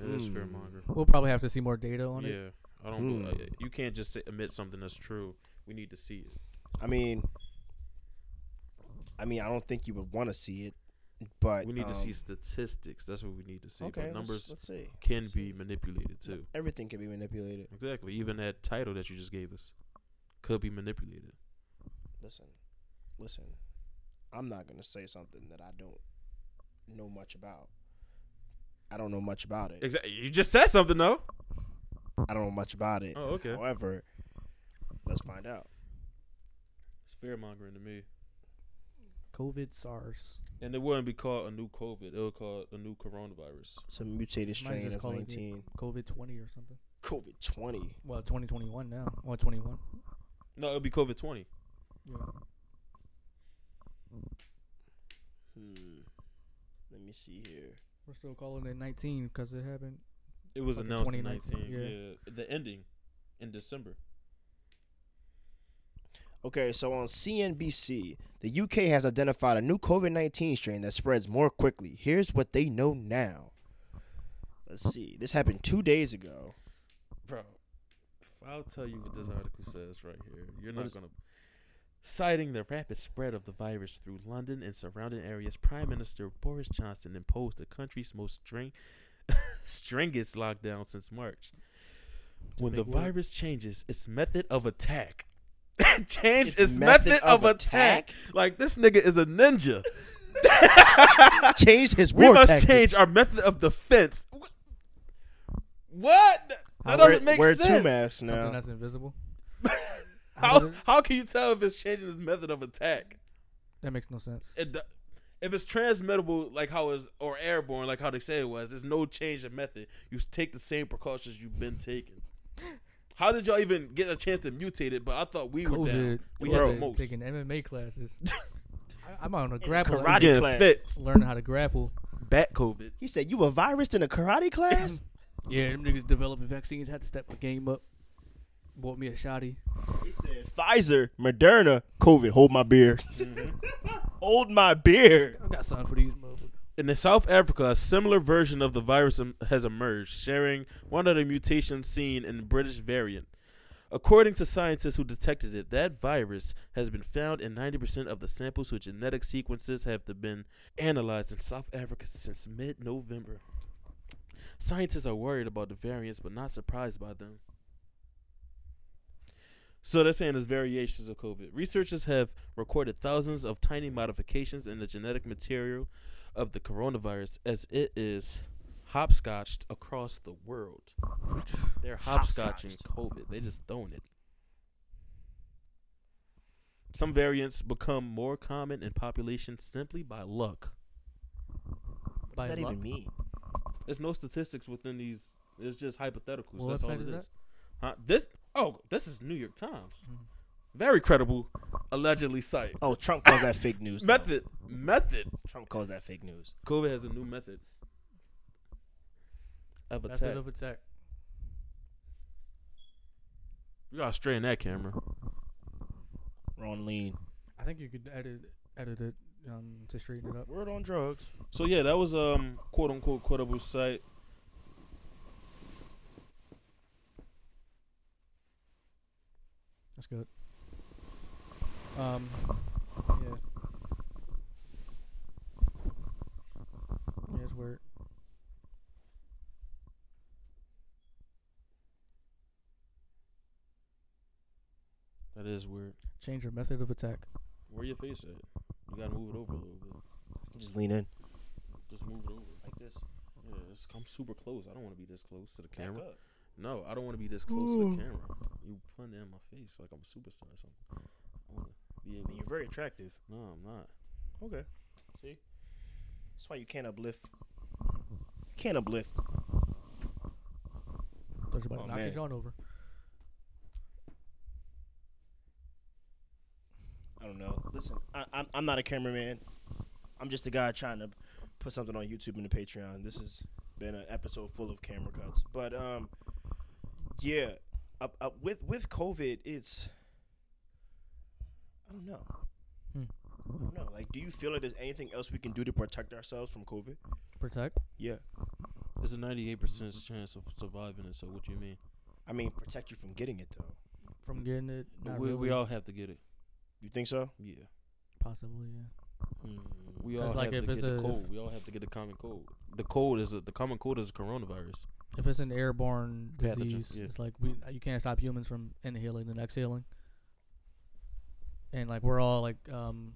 [SPEAKER 4] It is
[SPEAKER 2] Hmm.
[SPEAKER 4] fair monger.
[SPEAKER 3] We'll probably have to see more data on it.
[SPEAKER 4] Yeah, I don't.
[SPEAKER 2] Hmm.
[SPEAKER 4] bel- I- you can't just say- admit something that's true. We need to see it.
[SPEAKER 2] I mean, I mean, I don't think you would want to see it, but
[SPEAKER 4] We need
[SPEAKER 2] um,
[SPEAKER 4] to see statistics. That's what we need to see.
[SPEAKER 2] Okay,
[SPEAKER 4] but
[SPEAKER 2] let's-
[SPEAKER 4] numbers
[SPEAKER 2] let's see.
[SPEAKER 4] can be manipulated too.
[SPEAKER 2] Everything can be manipulated.
[SPEAKER 4] Exactly. Even that title that you just gave us could be manipulated.
[SPEAKER 2] listen, listen. I'm not gonna say something that I don't know much about. I don't know much about it.
[SPEAKER 4] Exactly. You just said something though.
[SPEAKER 2] I don't know much about it.
[SPEAKER 4] Oh, okay.
[SPEAKER 2] However, let's find out.
[SPEAKER 4] It's fear mongering to me.
[SPEAKER 3] COVID SARS.
[SPEAKER 4] And it wouldn't be called a new COVID. It would call it a new coronavirus.
[SPEAKER 2] Some mutated
[SPEAKER 3] Might as
[SPEAKER 2] strain
[SPEAKER 3] just
[SPEAKER 2] of
[SPEAKER 3] call it the-
[SPEAKER 2] 19,
[SPEAKER 3] COVID twenty or something.
[SPEAKER 2] COVID 20.
[SPEAKER 3] Well, twenty twenty one now. Well, twenty one.
[SPEAKER 4] No, it would be COVID twenty.
[SPEAKER 3] Yeah.
[SPEAKER 2] Hmm. Let me see here.
[SPEAKER 3] We're still calling it nineteen because it happened.
[SPEAKER 4] It was
[SPEAKER 3] Fucking
[SPEAKER 4] announced in
[SPEAKER 3] 2019,
[SPEAKER 4] nineteen. Yeah. The ending in December.
[SPEAKER 2] Okay, so on CNBC, the UK has identified a new COVID 19 strain that spreads more quickly. Here's what they know now. Let's see. This happened two days ago.
[SPEAKER 4] bro. I'll tell you what this article says right here. You're
[SPEAKER 2] What
[SPEAKER 4] not
[SPEAKER 2] is-
[SPEAKER 4] gonna. Citing the rapid spread of the virus through London and surrounding areas, Prime Minister Boris Johnson imposed the country's most string, stringest lockdown since March. When the
[SPEAKER 3] make what?
[SPEAKER 4] virus changes its method of attack, changed its,
[SPEAKER 2] Its
[SPEAKER 4] method,
[SPEAKER 2] method
[SPEAKER 4] of
[SPEAKER 2] of
[SPEAKER 4] attack. Like this nigga is a ninja.
[SPEAKER 2] Changed his
[SPEAKER 4] We
[SPEAKER 2] war
[SPEAKER 4] must
[SPEAKER 2] tactics.
[SPEAKER 4] change our method of defense. Wh- What? That
[SPEAKER 2] Wear-
[SPEAKER 4] doesn't make
[SPEAKER 2] wear
[SPEAKER 4] sense.
[SPEAKER 2] two masks
[SPEAKER 3] Something
[SPEAKER 2] now.
[SPEAKER 3] that's invisible. How
[SPEAKER 4] How
[SPEAKER 3] does it-
[SPEAKER 4] how can you tell if it's changing his method of attack?
[SPEAKER 3] That makes no sense.
[SPEAKER 4] It, do- if it's transmittable, like how is or airborne, like how they say it was, there's no change in method. You s- take the same precautions you've been taking. How did y'all even get a chance to mutate it? But I thought we were down.
[SPEAKER 3] COVID.
[SPEAKER 4] We
[SPEAKER 3] We
[SPEAKER 4] had the
[SPEAKER 3] are
[SPEAKER 4] most.
[SPEAKER 3] taking MMA classes. I, I'm on a grapple.
[SPEAKER 2] karate.
[SPEAKER 3] Karate.
[SPEAKER 4] Getting
[SPEAKER 2] class.
[SPEAKER 4] fit.
[SPEAKER 3] Learning how to grapple.
[SPEAKER 4] Bat COVID.
[SPEAKER 2] He said, You a virus in a karate class?
[SPEAKER 3] Yeah, them niggas developing vaccines had to step my game up. Bought me a shotty.
[SPEAKER 2] he said, Pfizer, Moderna, COVID, hold my beer. hold my beer.
[SPEAKER 3] I got something for these motherfuckers.
[SPEAKER 4] In South Africa, a similar version of the virus em- has emerged, sharing one of the mutations seen in the British variant. According to scientists who detected it, that virus has been found in 90% of the samples whose genetic sequences have to been analyzed in South Africa since mid November. Scientists are worried about the variants, but not surprised by them. So they're saying there's variations of COVID. Researchers have recorded thousands of tiny modifications in the genetic material of the coronavirus as it is hopscotched across the world. They're hopscotching
[SPEAKER 2] Hopscotched.
[SPEAKER 4] COVID. They just throwing it. Some variants become more common in populations simply by luck.
[SPEAKER 2] What
[SPEAKER 3] By
[SPEAKER 2] does that
[SPEAKER 3] luck.
[SPEAKER 2] even mean?
[SPEAKER 4] There's no statistics within these. It's just hypotheticals.
[SPEAKER 3] What
[SPEAKER 4] That's all
[SPEAKER 3] website
[SPEAKER 4] it
[SPEAKER 3] is
[SPEAKER 4] is.
[SPEAKER 3] that? Mm-hmm.
[SPEAKER 4] Huh? This. Oh, this is New York Times. Very credible, allegedly site.
[SPEAKER 2] Oh, Trump calls that fake news. though.
[SPEAKER 4] Method. Method.
[SPEAKER 2] Trump calls that fake news.
[SPEAKER 4] COVID has a new method of
[SPEAKER 3] Method
[SPEAKER 4] attack.
[SPEAKER 3] of attack.
[SPEAKER 4] you gotta straighten that camera.
[SPEAKER 2] Ron Lean.
[SPEAKER 3] I think you could edit edit it um, to straighten it up.
[SPEAKER 2] Word on drugs.
[SPEAKER 4] So yeah, that was um quote unquote quotable site.
[SPEAKER 3] That's good. Um, yeah. Yeah, it's weird.
[SPEAKER 4] That is weird.
[SPEAKER 3] Change your method of attack.
[SPEAKER 4] Where your face at? You gotta move it over a little bit.
[SPEAKER 2] Just lean in
[SPEAKER 4] Just move it over.
[SPEAKER 2] like this.
[SPEAKER 4] Yeah, it's, I'm super close. I don't want to be this close to the
[SPEAKER 2] Back
[SPEAKER 4] camera.
[SPEAKER 2] up.
[SPEAKER 4] No, I don't want to be this close to the camera. You putting it in my face like I'm a superstar or something. I want to
[SPEAKER 2] I
[SPEAKER 4] be
[SPEAKER 2] mean,
[SPEAKER 4] able.
[SPEAKER 2] you're very attractive.
[SPEAKER 4] No, I'm not.
[SPEAKER 2] Okay. See? That's why you can't uplift. You can't uplift.
[SPEAKER 3] Thought you about
[SPEAKER 2] Oh,
[SPEAKER 3] to knock
[SPEAKER 2] man.
[SPEAKER 3] his yarn over.
[SPEAKER 2] I don't know. Listen, I, I'm, I'm not a cameraman. I'm just a guy trying to put something on YouTube and the Patreon. This has been an episode full of camera cuts. But, um, yeah. Up, up with, with COVID, it's. I don't know.
[SPEAKER 3] Hmm.
[SPEAKER 2] I don't know. Like, do you feel like there's anything else we can do to protect ourselves from COVID?
[SPEAKER 3] Protect.
[SPEAKER 2] Yeah.
[SPEAKER 4] There's a 98% chance of surviving it. So what you mean?
[SPEAKER 2] I mean, protect you from getting it, though.
[SPEAKER 3] From getting it. Not
[SPEAKER 4] we
[SPEAKER 3] really.
[SPEAKER 4] we all have to get it.
[SPEAKER 2] You think so?
[SPEAKER 4] Yeah,
[SPEAKER 3] Possibly, yeah. Hmm.
[SPEAKER 4] we all
[SPEAKER 3] That's
[SPEAKER 4] have
[SPEAKER 3] like
[SPEAKER 4] to
[SPEAKER 3] if
[SPEAKER 4] get
[SPEAKER 3] it's
[SPEAKER 4] the
[SPEAKER 3] a-
[SPEAKER 4] cold. We all have to get the common cold. The cold is a, the common cold is a coronavirus.
[SPEAKER 3] If it's an airborne
[SPEAKER 4] Pathogen,
[SPEAKER 3] disease,
[SPEAKER 4] yeah.
[SPEAKER 3] it's like we you can't stop humans from inhaling and exhaling. And like we're all like um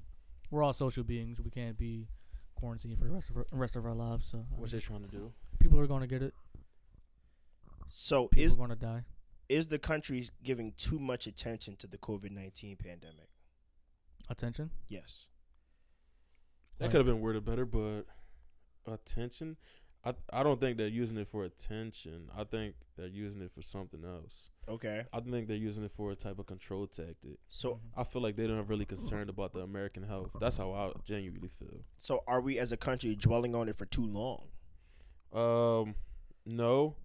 [SPEAKER 3] we're all social beings. We can't be quarantined for the rest of our, rest of our lives. So I
[SPEAKER 4] What they
[SPEAKER 3] mean,
[SPEAKER 4] trying to do?
[SPEAKER 3] people are gonna get it.
[SPEAKER 2] So
[SPEAKER 3] People
[SPEAKER 2] is
[SPEAKER 3] are gonna die.
[SPEAKER 2] is the country giving too much attention to the COVID nineteen pandemic?
[SPEAKER 3] Attention.
[SPEAKER 2] Yes.
[SPEAKER 4] That
[SPEAKER 3] Like-
[SPEAKER 4] could have been worded better, but attention. I I don't think they're using it for attention. I think they're using it for something else.
[SPEAKER 2] Okay.
[SPEAKER 4] I think they're using it for a type of control tactic.
[SPEAKER 2] So
[SPEAKER 4] I feel like they don't really concerned about the American health. That's how I genuinely feel.
[SPEAKER 2] so are we as a country dwelling on it for too long?
[SPEAKER 4] Um, no,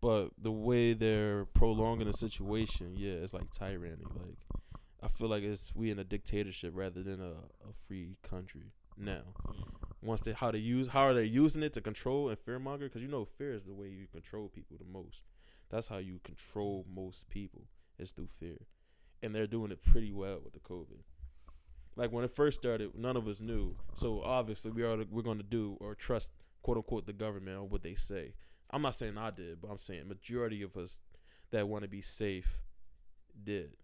[SPEAKER 4] but the way they're prolonging the situation, yeah, it's like tyranny. Like I feel like it's we in a dictatorship rather than a, a free country now. Once they how they use how are they using it to control and fear monger? Because you know fear is the way you control people the most. That's how you control most people is through fear, and they're doing it pretty well with the COVID. Like when it first started, none of us knew. So obviously we are we're gonna do or trust quote unquote the government or what they say. I'm not saying I did, but I'm saying majority of us that want to be safe did,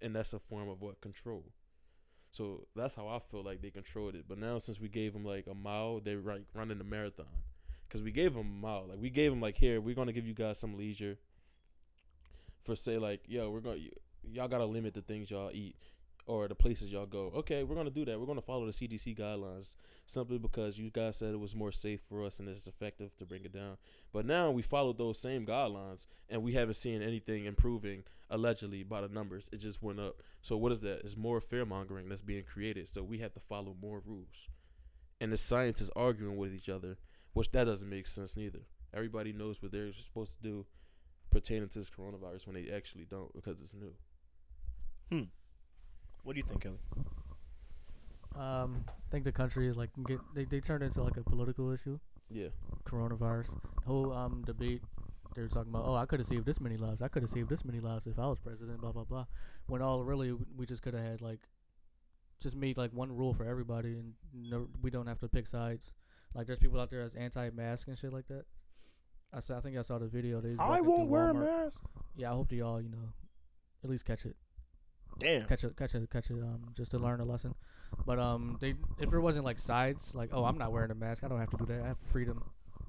[SPEAKER 4] and that's a form of what control. So that's how I feel like they controlled it. But now since we gave them like a mile, they're like running a marathon because we gave them a mile. Like we gave them like here, we're gonna give you guys some leisure for say like yo, we're gonna y'all gotta limit the things y'all eat or the places y'all go. Okay, we're gonna do that. We're gonna follow the CDC guidelines simply because you guys said it was more safe for us and it's effective to bring it down. But now we followed those same guidelines and we haven't seen anything improving allegedly by the numbers. It just went up. So what is that? It's more fear mongering that's being created. So we have to follow more rules. And the science is arguing with each other, which that doesn't make sense neither. Everybody knows what they're supposed to do pertaining to this coronavirus when they actually don't because it's new.
[SPEAKER 2] What do you think, Kelly?
[SPEAKER 3] Um, I think the country is like get, they they turned into like a political issue.
[SPEAKER 4] Yeah.
[SPEAKER 3] Coronavirus whole um debate. They were talking about, oh, I could have saved this many lives. I could have saved this many lives if I was president. Blah blah blah. When all really we just could have had like, just made like one rule for everybody, and no, we don't have to pick sides. Like there's people out there that's anti-mask and shit like that. I saw, I think I saw the video. They was
[SPEAKER 2] I
[SPEAKER 3] walking through
[SPEAKER 2] won't wear a
[SPEAKER 3] Walmart.
[SPEAKER 2] mask.
[SPEAKER 3] Yeah, I hope they all you know, at least catch it
[SPEAKER 2] Damn.
[SPEAKER 3] catch a catch a catch a um just to learn a lesson. But um they if it wasn't like sides like oh I'm not wearing a mask I don't have to do that I have freedom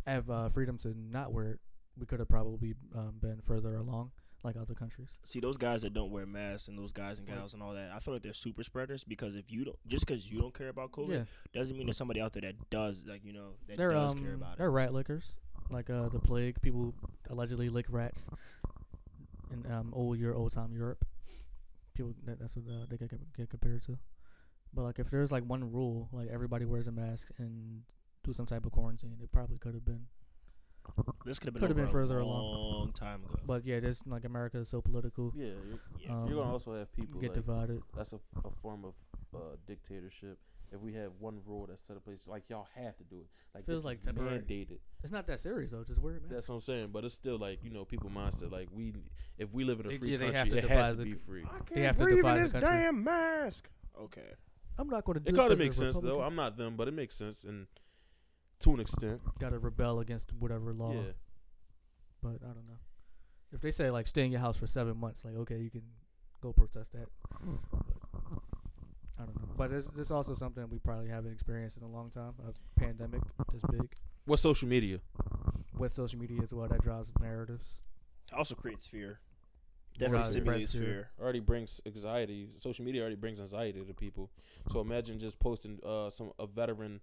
[SPEAKER 3] I have uh, freedom to not wear it we could have probably um, been further along like other countries.
[SPEAKER 2] See those guys that don't wear masks and those guys and
[SPEAKER 3] Right.
[SPEAKER 2] gals and all that. I feel like they're super spreaders because if you don't, just because you don't care about COVID,
[SPEAKER 3] yeah,
[SPEAKER 2] doesn't mean there's somebody out there that does. Like you know, that
[SPEAKER 3] they're
[SPEAKER 2] does
[SPEAKER 3] um
[SPEAKER 2] care about it.
[SPEAKER 3] they're rat lickers like uh the plague people allegedly lick rats in um old year old time Europe people that, that's what uh, they get, get compared to. But like if there's like one rule like everybody wears a mask and do some type of quarantine it probably could have been
[SPEAKER 2] This could have been
[SPEAKER 3] Could've
[SPEAKER 2] over
[SPEAKER 3] been
[SPEAKER 2] a
[SPEAKER 3] further along.
[SPEAKER 2] long time ago.
[SPEAKER 3] But yeah, this like America is so political.
[SPEAKER 4] Yeah. You're,
[SPEAKER 2] Yeah.
[SPEAKER 3] Um,
[SPEAKER 4] you're gonna also have people
[SPEAKER 3] get
[SPEAKER 4] like,
[SPEAKER 3] divided.
[SPEAKER 4] that's a, f- a form of uh, dictatorship. If we have one rule that's set in place, like y'all have to do it. Like
[SPEAKER 3] Feels
[SPEAKER 4] this
[SPEAKER 3] like
[SPEAKER 4] is
[SPEAKER 3] temporary.
[SPEAKER 4] mandated.
[SPEAKER 3] It's not that serious though. Just weird.
[SPEAKER 4] That's what I'm saying. But it's still like you know people mindset. Like we, if we live in a
[SPEAKER 3] They-
[SPEAKER 4] free
[SPEAKER 3] yeah, they have
[SPEAKER 4] country,
[SPEAKER 3] to
[SPEAKER 4] it
[SPEAKER 3] defy
[SPEAKER 4] has to
[SPEAKER 3] the-
[SPEAKER 4] be free.
[SPEAKER 3] They have to defy the country.
[SPEAKER 2] damn mask. Okay.
[SPEAKER 3] I'm not going to. do
[SPEAKER 4] It
[SPEAKER 3] this
[SPEAKER 4] kind of
[SPEAKER 3] 'cause
[SPEAKER 4] makes
[SPEAKER 3] the
[SPEAKER 4] sense though.
[SPEAKER 3] Republicans
[SPEAKER 4] I'm not them, but it makes sense and to an extent.
[SPEAKER 3] gotta rebel against whatever law.
[SPEAKER 4] yeah,
[SPEAKER 3] But I don't know. If they say like stay in your house for seven months, like okay, you can go protest that. But I don't know. But it's, it's also something we probably haven't experienced in a long time. A pandemic this big
[SPEAKER 4] what social media?
[SPEAKER 3] with social media as well that drives narratives.
[SPEAKER 2] Also creates fear.
[SPEAKER 3] Drives
[SPEAKER 2] Definitely stimulates
[SPEAKER 3] fear.
[SPEAKER 2] fear.
[SPEAKER 4] already brings anxiety. Social media already brings anxiety to people. So imagine just posting uh, some a veteran,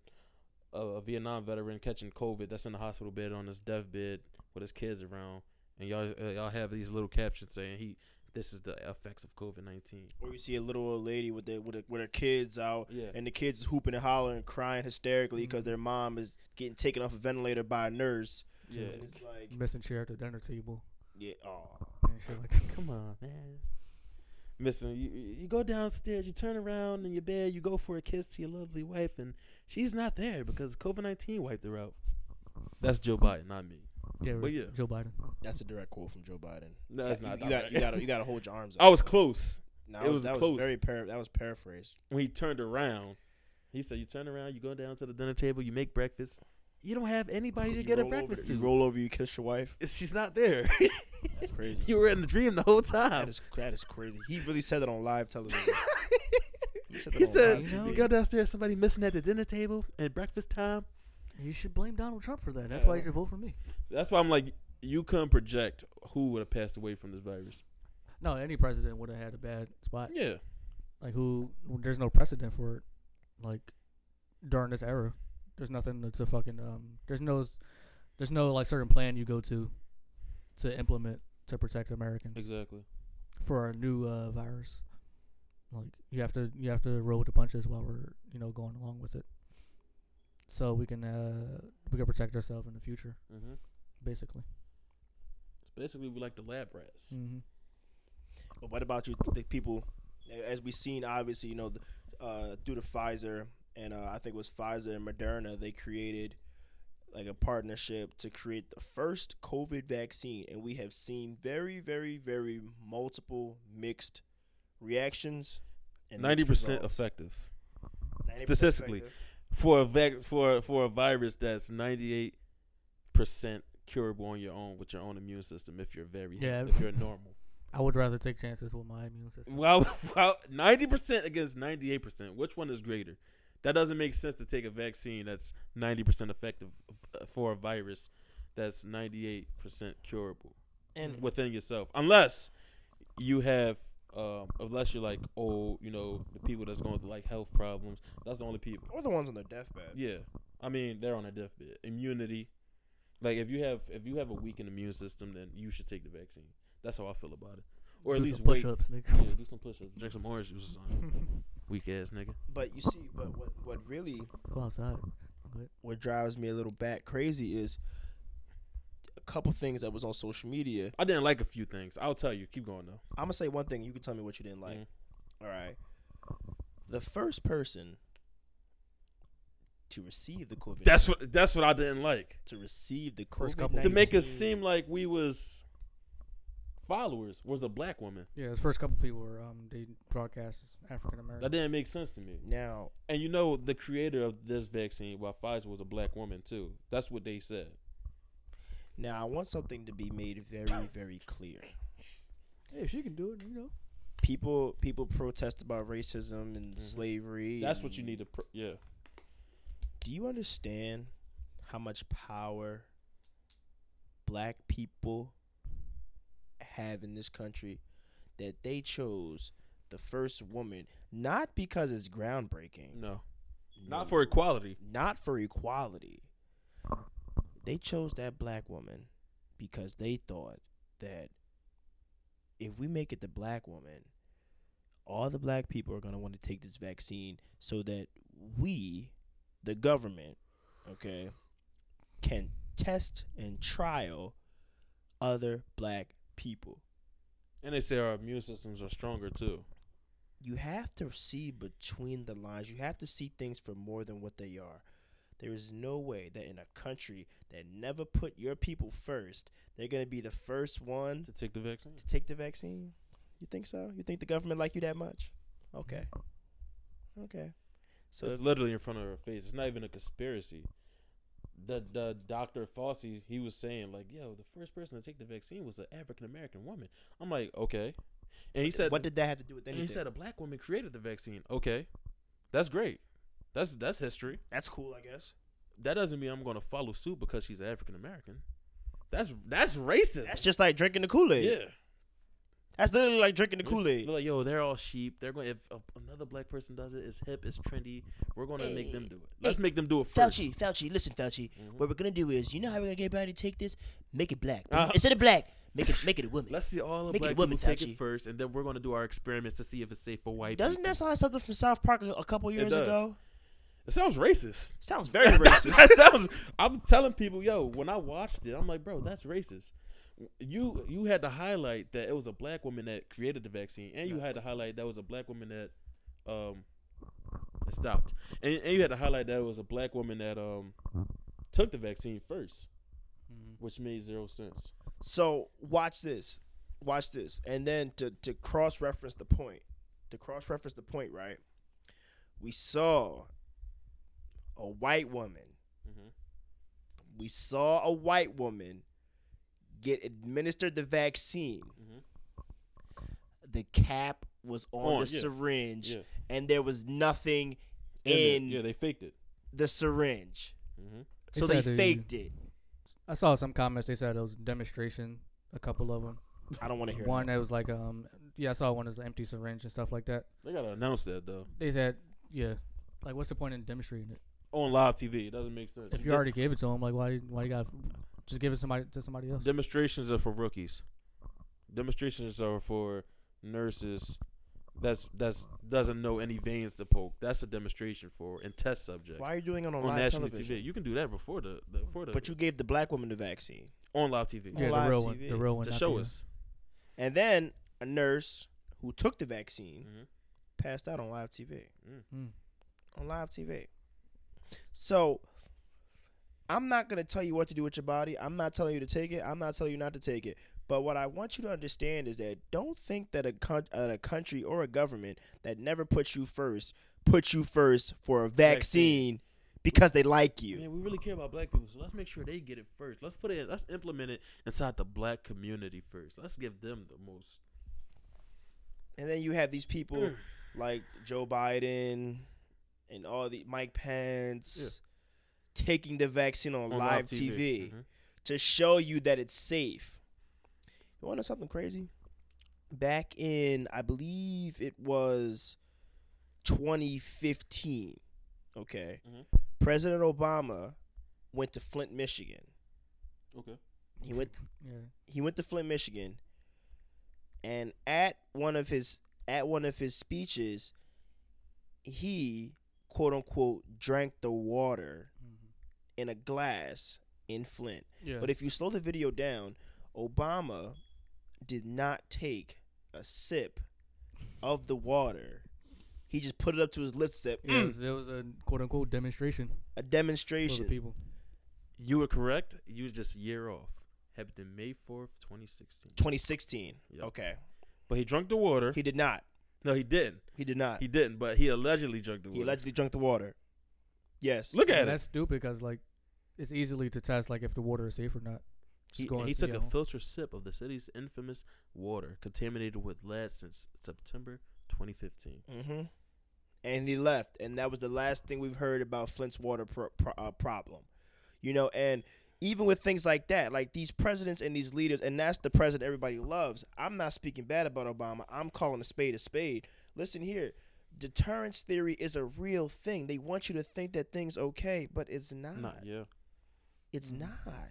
[SPEAKER 4] uh, a Vietnam veteran catching COVID that's in the hospital bed on his deathbed with his kids around, and y'all uh, y'all have these little captions saying he this is the effects of COVID nineteen.
[SPEAKER 2] Or you see a little old lady with the, with, the, with her kids out,
[SPEAKER 4] Yeah,
[SPEAKER 2] and the kids hooping and hollering, crying hysterically because
[SPEAKER 3] Mm-hmm.
[SPEAKER 2] their mom is getting taken off a ventilator by a nurse.
[SPEAKER 4] yeah.
[SPEAKER 2] And it's like,
[SPEAKER 3] Missing chair at the dinner table.
[SPEAKER 2] yeah, oh,
[SPEAKER 3] And shit like that.
[SPEAKER 4] Come on, man. Listen, you, you go downstairs, you turn around in your bed, you go for a kiss to your lovely wife, and she's not there because COVID 19 wiped her out. That's Joe Biden, not me.
[SPEAKER 3] yeah, it
[SPEAKER 4] But
[SPEAKER 3] was
[SPEAKER 4] yeah.
[SPEAKER 3] Joe Biden.
[SPEAKER 2] that's a direct quote from Joe Biden.
[SPEAKER 4] No, that's
[SPEAKER 2] you,
[SPEAKER 4] not
[SPEAKER 2] you
[SPEAKER 4] that.
[SPEAKER 2] got, you got you got to hold your arms. Up.
[SPEAKER 4] I was close.
[SPEAKER 2] No,
[SPEAKER 4] it
[SPEAKER 2] that
[SPEAKER 4] was
[SPEAKER 2] that
[SPEAKER 4] close.
[SPEAKER 2] very para- that was paraphrased.
[SPEAKER 4] When he turned around, he said, You turn around, you go down to the dinner table, you make breakfast. You don't have anybody
[SPEAKER 2] So
[SPEAKER 4] to
[SPEAKER 2] you
[SPEAKER 4] get a
[SPEAKER 2] roll over-
[SPEAKER 4] breakfast
[SPEAKER 2] You
[SPEAKER 4] to.
[SPEAKER 2] roll over, you kiss your wife.
[SPEAKER 4] She's not there.
[SPEAKER 2] That's crazy.
[SPEAKER 4] you were in the dream the whole
[SPEAKER 2] That
[SPEAKER 4] time.
[SPEAKER 2] is that is crazy. He really said that on live television. he said, that
[SPEAKER 4] He
[SPEAKER 2] on
[SPEAKER 4] said,
[SPEAKER 2] live
[SPEAKER 3] You know?
[SPEAKER 4] You
[SPEAKER 2] TV.
[SPEAKER 4] go downstairs, somebody missing at the dinner table and breakfast time.
[SPEAKER 3] You should blame Donald Trump for that. That's
[SPEAKER 4] Yeah.
[SPEAKER 3] why you should vote for me.
[SPEAKER 4] That's why I'm like, You couldn't project who would have passed away from this virus.
[SPEAKER 3] No, any president would have had a bad spot.
[SPEAKER 4] Yeah.
[SPEAKER 3] Like who? There's no precedent for it. Like during this era, there's nothing that's a fucking um. There's no, s- there's no like certain plan you go to, to implement to protect Americans
[SPEAKER 4] Exactly.
[SPEAKER 3] for a new uh, virus. Like you have to you have to roll with the punches while we're you know going along with it. So we can uh we can protect ourselves in the future,
[SPEAKER 4] Mm-hmm.
[SPEAKER 3] basically.
[SPEAKER 4] Basically, we like the lab rats.
[SPEAKER 3] Mm-hmm.
[SPEAKER 2] But what about you? The people As we've seen, obviously, you know, th- uh, through the Pfizer and uh, I think it was Pfizer and Moderna, they created like a partnership to create the first COVID vaccine, and we have seen very, very, very multiple mixed reactions. and mixed
[SPEAKER 4] Ninety percent
[SPEAKER 2] results.
[SPEAKER 4] effective
[SPEAKER 2] 90%
[SPEAKER 4] statistically.
[SPEAKER 2] effective.
[SPEAKER 4] for a vac- for for a virus that's ninety eight percent curable on your own with your own immune system if you're very
[SPEAKER 3] Yeah.
[SPEAKER 4] if you're normal.
[SPEAKER 3] I would rather take chances with my immune system.
[SPEAKER 4] Well, well, ninety percent against ninety eight percent. Which one is greater? That doesn't make sense to take a vaccine that's ninety percent effective f- uh, for a virus that's ninety eight percent curable
[SPEAKER 2] And-
[SPEAKER 4] within yourself, unless you have. Um, unless you're like, oh, you know, the people that's going through like health problems, that's the only people.
[SPEAKER 2] Or the ones on their deathbed.
[SPEAKER 4] Yeah, I mean, they're on a deathbed. Immunity, like if you have if you have a weakened immune system, then you should take the vaccine. That's how I feel about it. Or at
[SPEAKER 3] Do
[SPEAKER 4] least
[SPEAKER 3] some
[SPEAKER 4] wait.
[SPEAKER 3] push-ups,
[SPEAKER 4] Yeah,
[SPEAKER 3] nigga.
[SPEAKER 4] do some push-ups. Drink some orange juice or something. Weak ass nigga.
[SPEAKER 2] But you see, but what what really
[SPEAKER 3] Go outside.
[SPEAKER 2] what drives me a little bat crazy is a couple things that was on social media.
[SPEAKER 4] I didn't like a few things. I'll tell you. Keep going though.
[SPEAKER 2] I'm gonna say one thing. You can tell me what you didn't like.
[SPEAKER 4] Mhm.
[SPEAKER 2] All right. The first person to receive the COVID.
[SPEAKER 4] That's what. That's what I didn't like.
[SPEAKER 2] to receive the
[SPEAKER 3] First
[SPEAKER 2] COVID.
[SPEAKER 3] couple.
[SPEAKER 4] To make
[SPEAKER 3] Nineteen.
[SPEAKER 4] it seem like we was followers was a black woman.
[SPEAKER 3] Yeah, his first couple people were um they broadcast African
[SPEAKER 4] That
[SPEAKER 3] American.
[SPEAKER 4] didn't make sense to me.
[SPEAKER 2] now
[SPEAKER 4] And you know the creator of this vaccine, while Pfizer was a black woman too. That's what they said.
[SPEAKER 2] now I want something to be made very very clear.
[SPEAKER 3] Hey, if she can do it, you know.
[SPEAKER 2] People people protest about racism and slavery.
[SPEAKER 4] Mm-hmm. That's what you
[SPEAKER 2] and-
[SPEAKER 4] need to. Pr- yeah.
[SPEAKER 2] Do you understand how much power black people have in this country that they chose the first woman not because it's groundbreaking,
[SPEAKER 4] No. Not for equality.
[SPEAKER 2] not for equality. They chose that black woman because they thought that if we make it the black woman, all the black people are going to want to take this vaccine so that we, the government, okay, can test and trial other black people.
[SPEAKER 4] And they say our immune systems are stronger too.
[SPEAKER 2] you have to see between the lines. You have to see things for more than what they are. There is no way that in a country that never put your people first, they're going to be the first one
[SPEAKER 4] To take the vaccine.
[SPEAKER 2] to take the vaccine. You think so? You think the government like you that much? Okay. Okay. So
[SPEAKER 4] it's
[SPEAKER 2] if,
[SPEAKER 4] literally in front of her face. It's not even a conspiracy. The the Dr. Fossey, he was saying like, yo, the first person to take the vaccine was an African American woman. I'm like, okay. And he said
[SPEAKER 2] what did that have to do with
[SPEAKER 4] and
[SPEAKER 2] anything?
[SPEAKER 4] he said a black woman created the vaccine. Okay. That's great. That's that's history.
[SPEAKER 2] That's cool, I guess.
[SPEAKER 4] That doesn't mean I'm gonna follow suit because she's African American. That's that's racist.
[SPEAKER 2] That's just like drinking the Kool Aid.
[SPEAKER 4] yeah.
[SPEAKER 2] That's literally like drinking the
[SPEAKER 4] They're-
[SPEAKER 2] Kool Aid.
[SPEAKER 4] They're like, yo, they're all sheep. They're going. If a, another black person does it, it's hip, it's trendy. We're gonna make them do it. Let's
[SPEAKER 2] Hey,
[SPEAKER 4] make them do it first.
[SPEAKER 2] Eh. Fauci, Fauci, listen, Fauci.
[SPEAKER 4] Mhm.
[SPEAKER 2] What we're gonna do is, you know how we're gonna get everybody to take this? Make it black.
[SPEAKER 4] Uh-huh.
[SPEAKER 2] Instead of black, make it make it a woman.
[SPEAKER 4] Let's see all the
[SPEAKER 2] Make it
[SPEAKER 4] black
[SPEAKER 2] a
[SPEAKER 4] people
[SPEAKER 2] woman,
[SPEAKER 4] take
[SPEAKER 2] Fauci.
[SPEAKER 4] it first, and then we're gonna do our experiments to see if it's safe for white.
[SPEAKER 2] Doesn't
[SPEAKER 4] people.
[SPEAKER 2] that sound like something from South Park a couple years
[SPEAKER 4] does.
[SPEAKER 2] ago?
[SPEAKER 4] It sounds racist.
[SPEAKER 2] Sounds very
[SPEAKER 4] That-
[SPEAKER 2] racist.
[SPEAKER 4] that sounds. I'm telling people, yo, when I watched it, I'm like, bro, that's racist. You you had to highlight that it was a black woman that created the vaccine, and you had to highlight that was a black woman that um that stopped, and, and you had to highlight that it was a black woman that um took the vaccine first,
[SPEAKER 2] Mm-hmm.
[SPEAKER 4] which made zero sense.
[SPEAKER 2] So watch this, watch this, and then to to cross reference the point, to cross reference the point, right? We saw a white woman.
[SPEAKER 4] Mhm.
[SPEAKER 2] We saw a white woman get administered the vaccine.
[SPEAKER 4] Mhm.
[SPEAKER 2] The cap was on
[SPEAKER 4] On,
[SPEAKER 2] the
[SPEAKER 4] yeah.
[SPEAKER 2] syringe,
[SPEAKER 4] Yeah,
[SPEAKER 2] and there was nothing
[SPEAKER 4] And they-
[SPEAKER 2] in
[SPEAKER 4] yeah, they faked it.
[SPEAKER 2] the syringe.
[SPEAKER 4] hmm
[SPEAKER 3] They
[SPEAKER 2] so they
[SPEAKER 3] said they-
[SPEAKER 2] faked it.
[SPEAKER 3] I saw some comments. They said it was a demonstration. A couple of them.
[SPEAKER 2] I don't want to hear
[SPEAKER 3] One
[SPEAKER 2] that.
[SPEAKER 3] that was like um yeah I saw one as an empty syringe and stuff like that.
[SPEAKER 4] They gotta announce that though
[SPEAKER 3] They said yeah. Like, what's the point in demonstrating it?
[SPEAKER 4] on live TV. It doesn't make sense.
[SPEAKER 3] If you already gave it to them, like, why, why you got just give it somebody to somebody else?
[SPEAKER 4] Demonstrations are for rookies. Demonstrations are for nurses. That's that's doesn't know any veins to poke. That's a demonstration for and test subjects
[SPEAKER 2] Why are you doing it on,
[SPEAKER 4] on
[SPEAKER 2] live
[SPEAKER 4] national
[SPEAKER 2] television?
[SPEAKER 4] TV. You can do that before the, the before the
[SPEAKER 2] But you gave the black woman the vaccine
[SPEAKER 4] on live TV
[SPEAKER 2] on
[SPEAKER 3] Yeah, the
[SPEAKER 2] live
[SPEAKER 3] real one, the
[SPEAKER 2] TV
[SPEAKER 3] real one
[SPEAKER 4] to
[SPEAKER 3] not
[SPEAKER 4] show
[SPEAKER 3] the-
[SPEAKER 4] us.
[SPEAKER 2] and then a nurse who took the vaccine
[SPEAKER 4] Mm-hmm.
[SPEAKER 5] passed out on live TV.
[SPEAKER 4] Mm.
[SPEAKER 3] Mm.
[SPEAKER 5] On live TV. So I'm not gonna tell you what to do with your body. I'm not telling you to take it. I'm not telling you not to take it. But what I want you to understand is that don't think that a con- that a country or a government that never puts you first puts you first for a vaccine,
[SPEAKER 4] Vaccine.
[SPEAKER 5] because they like you.
[SPEAKER 4] Man, we really care about black people, so let's make sure they get it first. Let's put it. Let's implement it inside the black community first. Let's give them the most.
[SPEAKER 5] And then you have these people like Joe Biden and all the Mike Pence taking the vaccine on,
[SPEAKER 4] on
[SPEAKER 5] live Mm-hmm. TV,
[SPEAKER 4] Mhm.
[SPEAKER 5] to show you that it's safe. You want to know something crazy? Back in, I believe it was 2015, okay,
[SPEAKER 4] Mhm.
[SPEAKER 5] President Obama went to Flint, Michigan.
[SPEAKER 4] Okay.
[SPEAKER 5] He went
[SPEAKER 3] Yeah.
[SPEAKER 5] he went to Flint, Michigan, and at one of his at one of his speeches, he quote unquote drank the water
[SPEAKER 3] Mhm.
[SPEAKER 5] in a glass in Flint.
[SPEAKER 3] Yeah.
[SPEAKER 5] But if you slow the video down, Obama did not take a sip of the water. He just put it up to his lips. Said,
[SPEAKER 3] yeah, it
[SPEAKER 5] "Mm,"
[SPEAKER 3] was, it was a quote unquote demonstration
[SPEAKER 5] a
[SPEAKER 3] for the
[SPEAKER 5] demonstration.
[SPEAKER 3] people.
[SPEAKER 4] You were correct. You was just a year off. Happened in May fourth, twenty sixteen.
[SPEAKER 5] 2016.
[SPEAKER 4] Yep.
[SPEAKER 5] Okay.
[SPEAKER 4] But he drank the water.
[SPEAKER 5] He did not.
[SPEAKER 4] no, he didn't.
[SPEAKER 5] He did not.
[SPEAKER 4] He didn't. But he allegedly drank the water.
[SPEAKER 5] He allegedly drank the water. Yes.
[SPEAKER 4] Look
[SPEAKER 3] Yeah,
[SPEAKER 4] at
[SPEAKER 3] that's
[SPEAKER 4] it.
[SPEAKER 3] stupid because like it's easily to test like if the water is safe or not. Just
[SPEAKER 4] He,
[SPEAKER 3] go and
[SPEAKER 4] he
[SPEAKER 3] see
[SPEAKER 4] took
[SPEAKER 3] at
[SPEAKER 4] a
[SPEAKER 3] home.
[SPEAKER 4] filter sip of the city's infamous water, contaminated with lead since September 2015.
[SPEAKER 5] Mm-hmm. And he left, and that was the last thing we've heard about Flint's water pro- pro- uh, problem. You know, and even with things like that, like these presidents and these leaders, and that's the president everybody loves. I'm not speaking bad about Obama. I'm calling a spade a spade. Listen here, deterrence theory is a real thing. They want you to think that things okay, but it's not.
[SPEAKER 4] Not yeah.
[SPEAKER 5] It's
[SPEAKER 3] Mm.
[SPEAKER 5] not.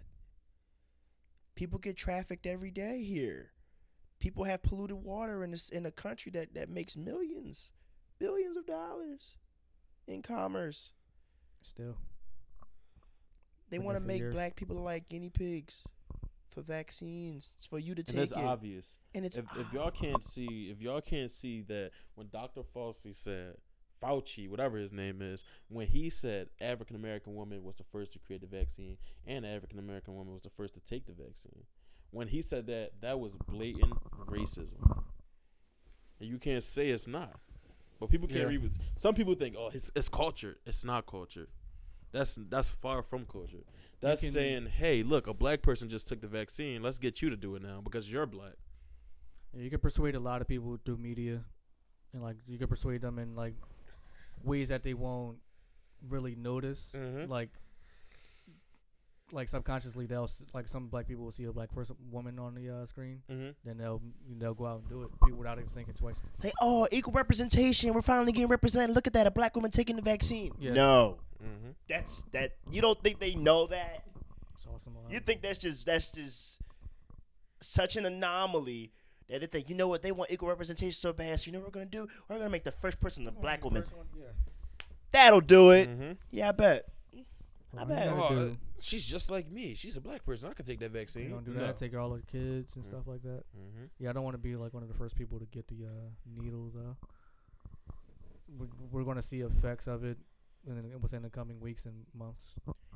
[SPEAKER 5] People get trafficked every day here. People have polluted water in this in a country that that makes millions, billions of dollars in commerce.
[SPEAKER 3] Still,
[SPEAKER 5] They
[SPEAKER 3] Been
[SPEAKER 5] want to
[SPEAKER 3] there for
[SPEAKER 5] make
[SPEAKER 3] years.
[SPEAKER 5] black people like guinea pigs for vaccines it's for you to
[SPEAKER 4] And
[SPEAKER 5] take
[SPEAKER 4] that's
[SPEAKER 5] it.
[SPEAKER 4] obvious.
[SPEAKER 5] and it's
[SPEAKER 4] if, if y'all can't see if y'all can't see that when Dr. Fauci said Fauci, whatever his name is, when he said African American woman was the first to create the vaccine and African American woman was the first to take the vaccine, when he said that, that was blatant racism. And you can't say it's not. But people can't
[SPEAKER 3] Yeah.
[SPEAKER 4] read. with- Some people think, oh, it's, it's culture. It's not culture. That's that's far from culture. That's
[SPEAKER 3] can-
[SPEAKER 4] saying, hey, look, a black person just took the vaccine. Let's get you to do it now because you're black.
[SPEAKER 3] Yeah, you can persuade a lot of people through media, and like you can persuade them in like ways that they won't really notice.
[SPEAKER 4] Mhm.
[SPEAKER 3] Like, like subconsciously they'll s- like some black people will see a black person woman on the uh, screen,
[SPEAKER 4] Mm-hmm.
[SPEAKER 3] then they'll they'll go out and do it people without even thinking twice.
[SPEAKER 5] They oh equal representation. We're finally getting represented. Look at that, a black woman taking the vaccine.
[SPEAKER 3] Yeah.
[SPEAKER 5] No,
[SPEAKER 4] Mm-hmm.
[SPEAKER 5] that's that. You don't think they know that?
[SPEAKER 3] It's awesome. uh,
[SPEAKER 5] You think that's just that's just such an anomaly that they think you know what they want equal representation so bad. So you know what we're gonna do? We're gonna make the first person a black woman. That'll do it.
[SPEAKER 4] Mm-hmm.
[SPEAKER 5] Yeah, I bet. I
[SPEAKER 3] Well, you
[SPEAKER 5] bet.
[SPEAKER 4] Oh,
[SPEAKER 3] gotta do-
[SPEAKER 4] she's just like me. She's a black person. I could take that vaccine.
[SPEAKER 3] You don't do that. Take all the kids
[SPEAKER 4] Mm.
[SPEAKER 3] and stuff like that.
[SPEAKER 4] Mhm.
[SPEAKER 3] Yeah, I don't want to be like one of the first people to get the uh, needle though. We're, we're going to see effects of it in, the- within the coming weeks and months.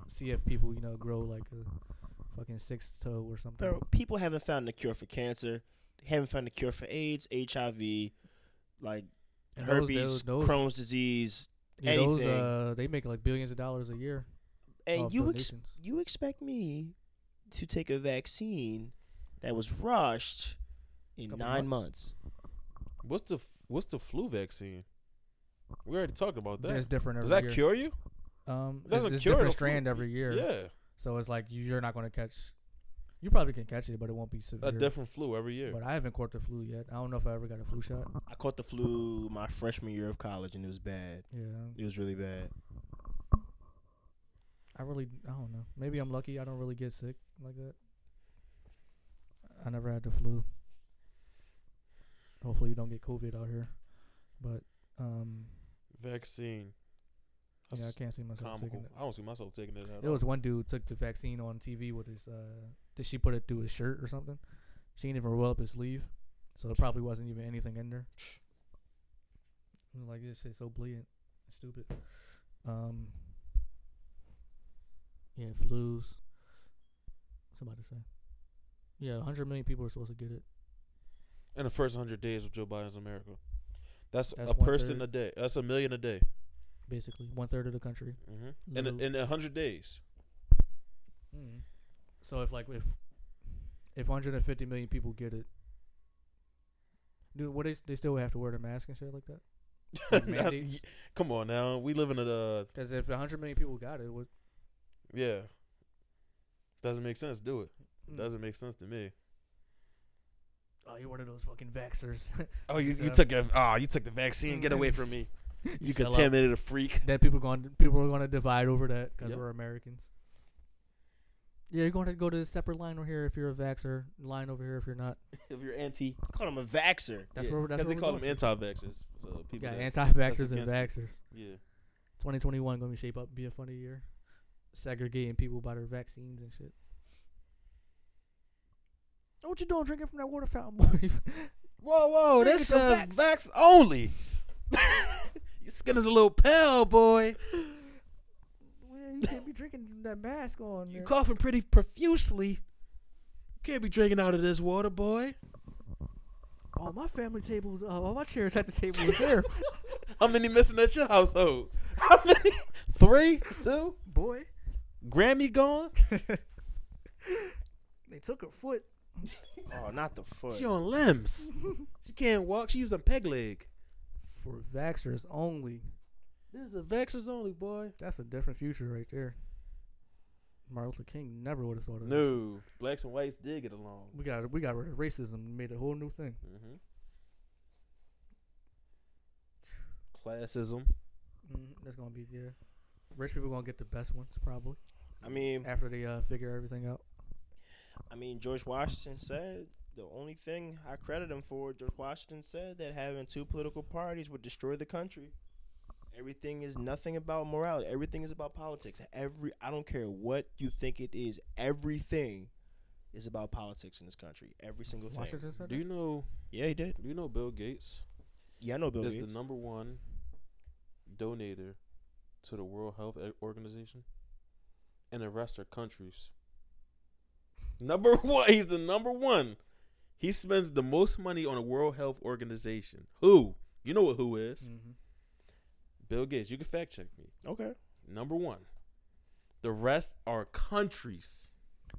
[SPEAKER 3] See if people, you know, grow like a fucking six toe or something.
[SPEAKER 5] Bro, people haven't found the cure for cancer. They haven't found the cure for AIDS, HIV, like
[SPEAKER 3] And those-
[SPEAKER 5] herpes,
[SPEAKER 3] those- those-
[SPEAKER 5] Crohn's disease,
[SPEAKER 3] yeah, those
[SPEAKER 5] anything.
[SPEAKER 3] uh, they make like billions of dollars a year.
[SPEAKER 5] and
[SPEAKER 3] of
[SPEAKER 5] you ex-
[SPEAKER 3] donations.
[SPEAKER 5] you expect me to take a vaccine that was rushed in
[SPEAKER 3] Couple
[SPEAKER 5] nine
[SPEAKER 3] months.
[SPEAKER 5] months.
[SPEAKER 4] What's the f- What's the flu vaccine? We already talked about
[SPEAKER 3] That's
[SPEAKER 4] that.
[SPEAKER 3] different every
[SPEAKER 4] Does that
[SPEAKER 3] year.
[SPEAKER 4] cure you?
[SPEAKER 3] Um,
[SPEAKER 4] That's
[SPEAKER 3] it's,
[SPEAKER 4] a
[SPEAKER 3] it's
[SPEAKER 4] cure
[SPEAKER 3] different
[SPEAKER 4] to flu.
[SPEAKER 3] strand every year.
[SPEAKER 4] Yeah,
[SPEAKER 3] So it's like you- you're not going to catch. You probably can catch it, but it won't be severe.
[SPEAKER 4] a different flu every year.
[SPEAKER 3] But I haven't caught the flu yet. I don't know if I ever got a flu shot.
[SPEAKER 5] I caught the flu my freshman year of college, and it was bad.
[SPEAKER 3] Yeah,
[SPEAKER 5] It was really bad.
[SPEAKER 3] I really, I don't know. Maybe I'm lucky. I don't really get sick like that. I never had the flu. Hopefully, you don't get COVID out here. But um,
[SPEAKER 4] Vaccine.
[SPEAKER 3] yeah, I
[SPEAKER 4] That's
[SPEAKER 3] can't see myself
[SPEAKER 4] comical.
[SPEAKER 3] taking it.
[SPEAKER 4] I don't see myself taking it. At
[SPEAKER 3] There was one dude took the vaccine on TV with his. Uh, did she put it through his shirt or something? She didn't even roll up his sleeve, so it probably wasn't even anything in there. And, Like this shit's so brilliant, and stupid. Um. Yeah, flus. Somebody say. Yeah, 100 million people are supposed to get it.
[SPEAKER 4] in the first hundred days of Joe Biden's America. That's,
[SPEAKER 3] That's
[SPEAKER 4] a person
[SPEAKER 3] one-third.
[SPEAKER 4] a day. That's a million a day.
[SPEAKER 3] Basically, one third of the country.
[SPEAKER 4] Mm-hmm. In a,
[SPEAKER 3] Literally.
[SPEAKER 4] in a hundred days, Mm-hmm.
[SPEAKER 3] Mm. So if like if if 150 million people get it, dude, what is they still have to wear the mask and shit like that? Like mandates?
[SPEAKER 4] come on now. We live in a uh,
[SPEAKER 3] Because if 100 million people got it, what?
[SPEAKER 4] yeah. Doesn't make sense. Do it.
[SPEAKER 3] mm.
[SPEAKER 4] Doesn't make sense to me.
[SPEAKER 3] Oh, you're one of those fucking vaxxers.
[SPEAKER 4] Oh, you,
[SPEAKER 3] So-
[SPEAKER 4] you took a oh, you took the vaccine. Get away from me. You
[SPEAKER 3] Mm-hmm. sell out.
[SPEAKER 4] contaminated a freak.
[SPEAKER 3] that people going people are going to divide over that because
[SPEAKER 4] Yep.
[SPEAKER 3] we're Americans. Yeah, you're going to go to a separate line over here if you're a vaxxer. Line over here if you're not.
[SPEAKER 4] If you're anti,
[SPEAKER 2] Call him a vaxer.
[SPEAKER 3] That's where. That's
[SPEAKER 4] because they
[SPEAKER 3] where we're
[SPEAKER 4] call
[SPEAKER 3] going
[SPEAKER 4] them
[SPEAKER 3] to.
[SPEAKER 4] anti-vaxxers. So people
[SPEAKER 3] Yeah,
[SPEAKER 4] that-
[SPEAKER 3] anti-vaxxers and
[SPEAKER 4] against
[SPEAKER 3] vaxxers.
[SPEAKER 4] yeah.
[SPEAKER 3] 2021 going to shape up be a funny year. Segregating people by their vaccines and shit. Oh, What you doing drinking from that water fountain, boy?
[SPEAKER 4] Whoa, whoa,
[SPEAKER 3] Look
[SPEAKER 4] this is
[SPEAKER 3] at your
[SPEAKER 4] uh, vax only. Your skin is a little pale, boy.
[SPEAKER 3] Man, you can't be drinking that mask on.
[SPEAKER 4] You
[SPEAKER 3] man.
[SPEAKER 4] coughing pretty profusely. Can't be drinking out of this water, boy.
[SPEAKER 3] oh, my family tables. Oh, all my chairs at the table was there,
[SPEAKER 4] How many missing at your household? How many? Three? Two?
[SPEAKER 3] boy.
[SPEAKER 4] Grammy gone?
[SPEAKER 3] They took her foot.
[SPEAKER 2] Oh, not the foot.
[SPEAKER 4] She on limbs. She can't walk. She using peg leg.
[SPEAKER 3] For vaxxers only.
[SPEAKER 4] This is a vaxxers only, boy.
[SPEAKER 3] That's a different future right there. Martin Luther King never would have thought of this.
[SPEAKER 4] No, blacks and whites did get along.
[SPEAKER 3] We got we got rid of racism, and made a whole new thing.
[SPEAKER 4] Mm-hmm. Classism.
[SPEAKER 3] Mm, that's gonna be yeah. Rich people gonna get the best ones probably
[SPEAKER 2] I mean,
[SPEAKER 3] after they uh, figure everything out.
[SPEAKER 2] I mean, George Washington said the only thing I credit him for. George Washington said that having two political parties would destroy the country. Everything is nothing about morality. Everything is about politics. Every I don't care what you think it is. Everything is about politics in this country. Every single thing.
[SPEAKER 3] Washington said
[SPEAKER 4] Do you know?
[SPEAKER 2] Yeah, he did.
[SPEAKER 4] Do you know Bill Gates?
[SPEAKER 2] Yeah, I know Bill
[SPEAKER 4] is
[SPEAKER 2] Gates.
[SPEAKER 4] the number one donator to the World Health O- Organization, and the rest are countries. Number one, he's the number one. He spends the most money on the World Health Organization. Who? You know what who is?
[SPEAKER 2] Mm.
[SPEAKER 3] hmm
[SPEAKER 4] Bill Gates. You can fact check me.
[SPEAKER 2] okay.
[SPEAKER 4] Number one. The rest are countries.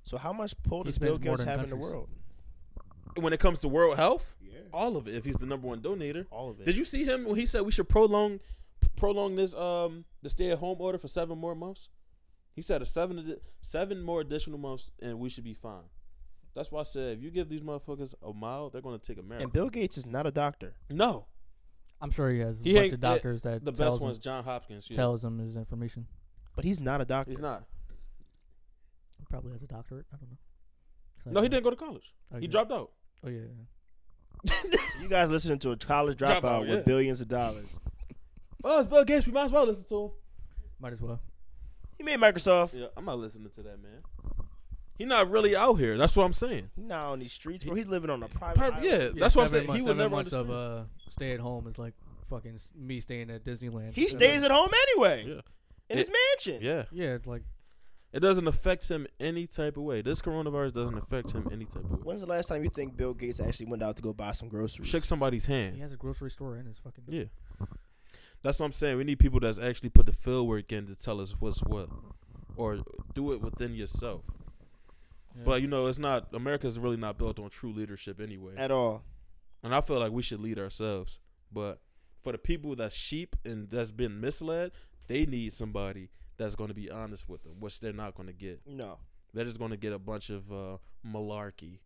[SPEAKER 2] So how much pull
[SPEAKER 3] He
[SPEAKER 2] does Bill
[SPEAKER 3] spends more
[SPEAKER 2] Gates
[SPEAKER 3] than
[SPEAKER 2] have in the
[SPEAKER 3] countries.
[SPEAKER 2] world?
[SPEAKER 4] When it comes to World Health,
[SPEAKER 2] Yeah.
[SPEAKER 4] all of it. If he's the number one donator,
[SPEAKER 2] All of it.
[SPEAKER 4] Did you see him when he said we should prolong prolong this um the stay at home order for seven more months? He said a seven addi- seven more additional months and we should be fine. That's why I said if you give these motherfuckers a mile, they're gonna take a
[SPEAKER 2] and
[SPEAKER 4] marathon.
[SPEAKER 2] Bill Gates is not a doctor.
[SPEAKER 4] no,
[SPEAKER 3] I'm sure he has a
[SPEAKER 4] He
[SPEAKER 3] bunch
[SPEAKER 4] ain't-
[SPEAKER 3] of doctors that
[SPEAKER 4] the
[SPEAKER 3] tells
[SPEAKER 4] best one's
[SPEAKER 3] him,
[SPEAKER 4] John Hopkins. Yeah.
[SPEAKER 3] tells him his information.
[SPEAKER 2] But he's not a doctor.
[SPEAKER 4] He's not.
[SPEAKER 3] He probably has a doctorate. I don't know. It's not
[SPEAKER 4] No, he
[SPEAKER 3] bad.
[SPEAKER 4] didn't go to college.
[SPEAKER 3] Oh,
[SPEAKER 4] He
[SPEAKER 3] yeah.
[SPEAKER 4] dropped out.
[SPEAKER 3] Oh yeah, yeah.
[SPEAKER 2] You guys listening to a college dropout
[SPEAKER 4] Dropout, yeah.
[SPEAKER 2] with billions of dollars.
[SPEAKER 4] Well, Oh, it's Bill Gates. We might as well listen to him.
[SPEAKER 3] might as well.
[SPEAKER 2] He made Microsoft.
[SPEAKER 4] Yeah, I'm not listening to that man. He not really out here. That's what I'm saying.
[SPEAKER 2] He's not on these streets, bro. He's living on a private.
[SPEAKER 4] Pri-
[SPEAKER 2] island.
[SPEAKER 4] yeah, that's what I'm
[SPEAKER 3] seven
[SPEAKER 4] saying.
[SPEAKER 3] Months,
[SPEAKER 4] he would
[SPEAKER 3] seven
[SPEAKER 4] never
[SPEAKER 3] months
[SPEAKER 4] understand.
[SPEAKER 3] of uh, stay at home is like fucking s- me staying at Disneyland.
[SPEAKER 2] He stays at home anyway
[SPEAKER 4] Yeah.
[SPEAKER 2] in his
[SPEAKER 4] It-
[SPEAKER 2] mansion.
[SPEAKER 4] yeah.
[SPEAKER 3] Yeah, like
[SPEAKER 4] It doesn't affect him any type of way. This coronavirus doesn't affect him any type of way.
[SPEAKER 2] When's the last time you think Bill Gates actually went out to go buy some groceries?
[SPEAKER 4] Shake somebody's
[SPEAKER 3] he
[SPEAKER 4] hand.
[SPEAKER 3] has a grocery store in his fucking.
[SPEAKER 4] Yeah. That's what I'm saying. We need people that's actually put the field work in to tell us what's what. Or do it within yourself.
[SPEAKER 3] Yeah.
[SPEAKER 4] But you know, it's not America's really not built on true leadership anyway.
[SPEAKER 2] at all.
[SPEAKER 4] And I feel like we should lead ourselves. But for the people that's sheep and that's been misled, they need somebody that's gonna be honest with them, which they're not gonna get.
[SPEAKER 2] No,
[SPEAKER 4] They're just gonna get a bunch of uh malarkey.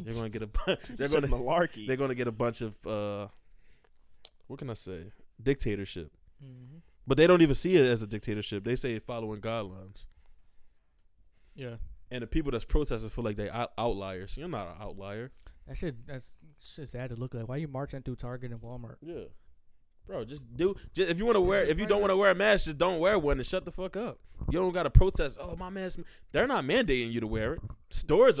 [SPEAKER 4] They're gonna get a bu-
[SPEAKER 2] they're
[SPEAKER 4] they're
[SPEAKER 2] going
[SPEAKER 4] gonna
[SPEAKER 2] to malarkey.
[SPEAKER 4] they're gonna get a bunch of uh what can I say? Dictatorship.
[SPEAKER 3] hmm
[SPEAKER 4] But they don't even see it as a dictatorship. They say following guidelines.
[SPEAKER 3] Yeah.
[SPEAKER 4] And the people that's protesting feel like they out- outliers. You're not an outlier.
[SPEAKER 3] That shit. That's shit's sad to look like. Why you marching through Target and Walmart?
[SPEAKER 4] Yeah. Bro, just do. Just, if you want to wear, if you don't want to wear a mask, just don't wear one and shut the fuck up. You don't got to protest. Oh, my mask. They're not mandating you to wear it. Stores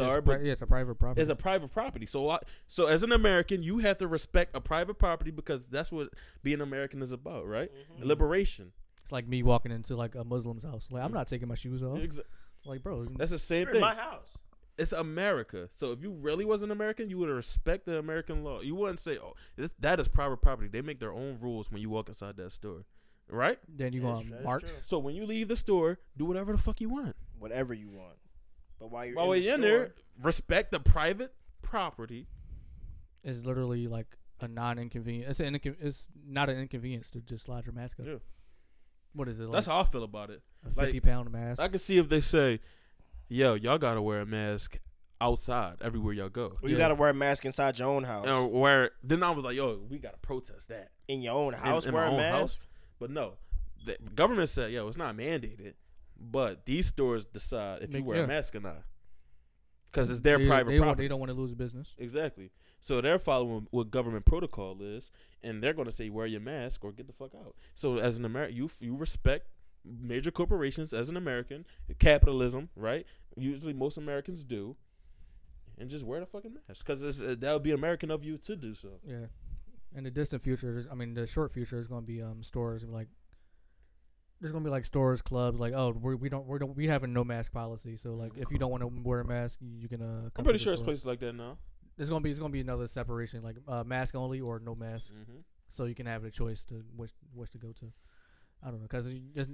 [SPEAKER 3] It's
[SPEAKER 4] are,
[SPEAKER 3] pri-
[SPEAKER 4] but
[SPEAKER 3] yeah, it's a private property.
[SPEAKER 4] it's a private property. So, I, so as an American, you have to respect a private property because that's what being American is about, right?
[SPEAKER 3] Mm-hmm.
[SPEAKER 4] Liberation.
[SPEAKER 3] It's like me walking into like a Muslim's house. Like I'm not taking my shoes off.
[SPEAKER 4] Exa-
[SPEAKER 3] Like bro, you-
[SPEAKER 4] That's the same
[SPEAKER 2] You're in
[SPEAKER 4] thing.
[SPEAKER 2] my house.
[SPEAKER 4] It's America. So if you really was an American, you would respect the American law. You wouldn't say, "Oh, this, that is private property." They make their own rules when you walk inside that store, right?
[SPEAKER 3] then you
[SPEAKER 5] That's-
[SPEAKER 3] gonna
[SPEAKER 5] that's
[SPEAKER 3] march.
[SPEAKER 5] true.
[SPEAKER 4] So when you leave the store, do whatever the fuck you want.
[SPEAKER 5] Whatever you want. But while you're
[SPEAKER 4] While
[SPEAKER 5] in,
[SPEAKER 4] you're
[SPEAKER 5] the
[SPEAKER 4] in
[SPEAKER 5] store,
[SPEAKER 4] there, respect the private property.
[SPEAKER 3] It's literally like a non inconvenience. It's an inco- it's not an inconvenience to just slide your mask up.
[SPEAKER 4] Yeah.
[SPEAKER 3] What is it? Like
[SPEAKER 4] That's how I feel about it.
[SPEAKER 3] a
[SPEAKER 4] like-
[SPEAKER 3] fifty pound mask.
[SPEAKER 4] I can see if they say, "Yo, y'all gotta wear a mask outside everywhere y'all go."
[SPEAKER 5] well, you
[SPEAKER 3] Yeah.
[SPEAKER 5] gotta wear a mask inside your own house.
[SPEAKER 4] And where then I was like, "Yo, we gotta protest that."
[SPEAKER 5] in your own house,
[SPEAKER 4] in my
[SPEAKER 5] wear a
[SPEAKER 4] own
[SPEAKER 5] mask.
[SPEAKER 4] house. But no, the government said, yo, it's not mandated. But these stores decide if you
[SPEAKER 3] Make-
[SPEAKER 4] wear
[SPEAKER 3] yeah.
[SPEAKER 4] a mask or not, because it's their
[SPEAKER 3] They-
[SPEAKER 4] private
[SPEAKER 3] they, want-
[SPEAKER 4] property.
[SPEAKER 3] they don't want to lose business.
[SPEAKER 4] exactly. So they're following what government protocol is, and they're going to say wear your mask or get the fuck out. So as an American, you you respect major corporations as an American, capitalism, right? Usually most Americans do, and just wear the fucking mask because uh, that would be American of you to do so.
[SPEAKER 3] Yeah. In the distant future, there's- I mean, the short future is going to be um stores and like there's going to be like stores, clubs, like oh we're, we don't we don't we have a no mask policy. So like if you don't want to wear a mask, you, you can. Uh, come
[SPEAKER 4] I'm
[SPEAKER 3] to
[SPEAKER 4] pretty
[SPEAKER 3] the
[SPEAKER 4] sure it's
[SPEAKER 3] store.
[SPEAKER 4] places like that now.
[SPEAKER 3] There's going to be it's going to be another separation like uh, mask only or no mask,
[SPEAKER 4] Mm-hmm.
[SPEAKER 3] so you can have a choice to which which to go to. I don't know because just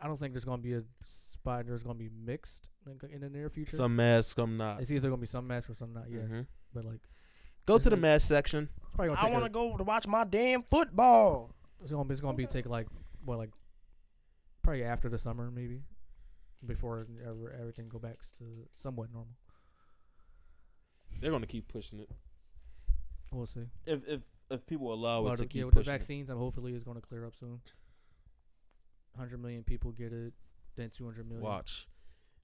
[SPEAKER 3] I don't think there's going to be a spot there's going to be mixed in, in the near future.
[SPEAKER 4] Some masks, some not.
[SPEAKER 3] it's either going to be some masks or some not. Yeah,
[SPEAKER 4] Mhm.
[SPEAKER 3] but like
[SPEAKER 4] Go
[SPEAKER 3] It's
[SPEAKER 4] to the
[SPEAKER 3] like-
[SPEAKER 4] mask section.
[SPEAKER 3] it's probably going to
[SPEAKER 5] I
[SPEAKER 3] take.
[SPEAKER 5] want
[SPEAKER 3] a-
[SPEAKER 5] to go to watch my damn football.
[SPEAKER 3] It's gonna be, it's gonna be take like what like probably after the summer maybe before ever, everything go back to somewhat normal.
[SPEAKER 4] They're gonna keep pushing it.
[SPEAKER 3] We'll see.
[SPEAKER 4] If if if people allow
[SPEAKER 3] Well,
[SPEAKER 4] it to
[SPEAKER 3] the,
[SPEAKER 4] keep
[SPEAKER 3] yeah, the
[SPEAKER 4] pushing
[SPEAKER 3] vaccines, I'm hopefully is gonna clear up soon. Hundred million people get it, then two hundred
[SPEAKER 4] it.
[SPEAKER 3] million.
[SPEAKER 4] Watch.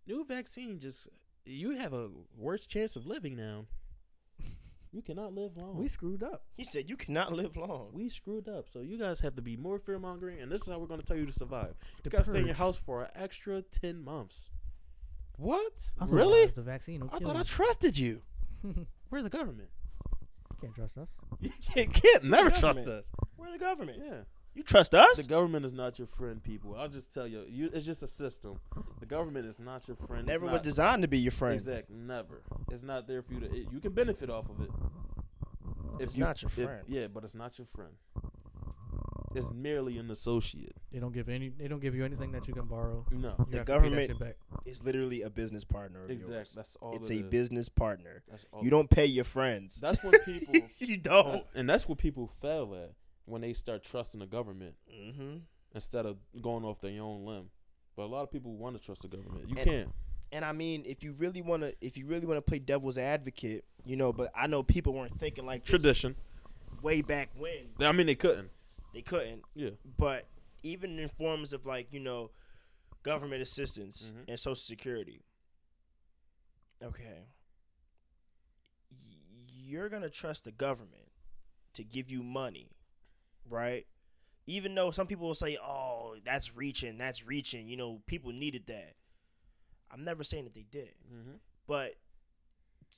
[SPEAKER 4] New vaccine just you have a worse chance of living now. You cannot live long.
[SPEAKER 3] We screwed up.
[SPEAKER 5] He said you cannot live long.
[SPEAKER 4] We screwed up, so you guys have to be more fear mongering, and this is how we're gonna tell you to survive.
[SPEAKER 3] The
[SPEAKER 4] You gotta stay in
[SPEAKER 3] purge.
[SPEAKER 4] your house for an extra ten months. What?
[SPEAKER 3] I thought that
[SPEAKER 4] Really?
[SPEAKER 3] was The vaccine. will
[SPEAKER 4] I
[SPEAKER 3] kill
[SPEAKER 4] thought I
[SPEAKER 3] you.
[SPEAKER 4] trusted you. We're the government.
[SPEAKER 3] can't trust us.
[SPEAKER 4] You can't, can't never
[SPEAKER 5] The
[SPEAKER 4] trust
[SPEAKER 5] government.
[SPEAKER 4] us.
[SPEAKER 5] We're the government.
[SPEAKER 4] Yeah.
[SPEAKER 5] You trust us?
[SPEAKER 4] The government is not your friend, people. I'll just tell you, you it's just a system. The government is not your friend. It's
[SPEAKER 5] Never was
[SPEAKER 4] not-
[SPEAKER 5] designed to be your friend.
[SPEAKER 4] Exact. Never. It's not there for you to. It, you can benefit off of it. If
[SPEAKER 5] It's not your
[SPEAKER 4] if-
[SPEAKER 5] friend.
[SPEAKER 4] yeah, but it's not your friend. It's merely an associate.
[SPEAKER 3] They don't give any. They don't give you anything that you can borrow.
[SPEAKER 4] No.
[SPEAKER 5] The
[SPEAKER 3] You have to pay that
[SPEAKER 5] government-
[SPEAKER 3] shit back.
[SPEAKER 5] It's literally a business partner. Of
[SPEAKER 4] Exact.
[SPEAKER 5] yours.
[SPEAKER 4] That's all.
[SPEAKER 5] It's
[SPEAKER 4] it
[SPEAKER 5] a
[SPEAKER 4] is.
[SPEAKER 5] business partner.
[SPEAKER 4] That's all.
[SPEAKER 5] You don't Oh. pay your friends.
[SPEAKER 4] That's what people.
[SPEAKER 5] you don't.
[SPEAKER 4] that's- and that's what people fail at when they start trusting the government
[SPEAKER 5] Mm-hmm.
[SPEAKER 4] instead of going off their own limb. But a lot of people want to trust the government. You
[SPEAKER 5] And-
[SPEAKER 4] can't.
[SPEAKER 5] And I mean, if you really want to, if you really want to play devil's advocate, you know. But I know people weren't thinking like this
[SPEAKER 4] Tradition.
[SPEAKER 5] way back when.
[SPEAKER 4] I mean, they couldn't.
[SPEAKER 5] They couldn't.
[SPEAKER 4] Yeah.
[SPEAKER 5] But even in forms of like you know, government assistance
[SPEAKER 4] Mhm.
[SPEAKER 5] and social security. Okay. Y- You're gonna trust the government to give you money, right? Even though some people will say, "Oh, that's reaching, that's reaching," you know, people needed that. I'm never saying that they didn't
[SPEAKER 4] Mm-hmm.
[SPEAKER 5] but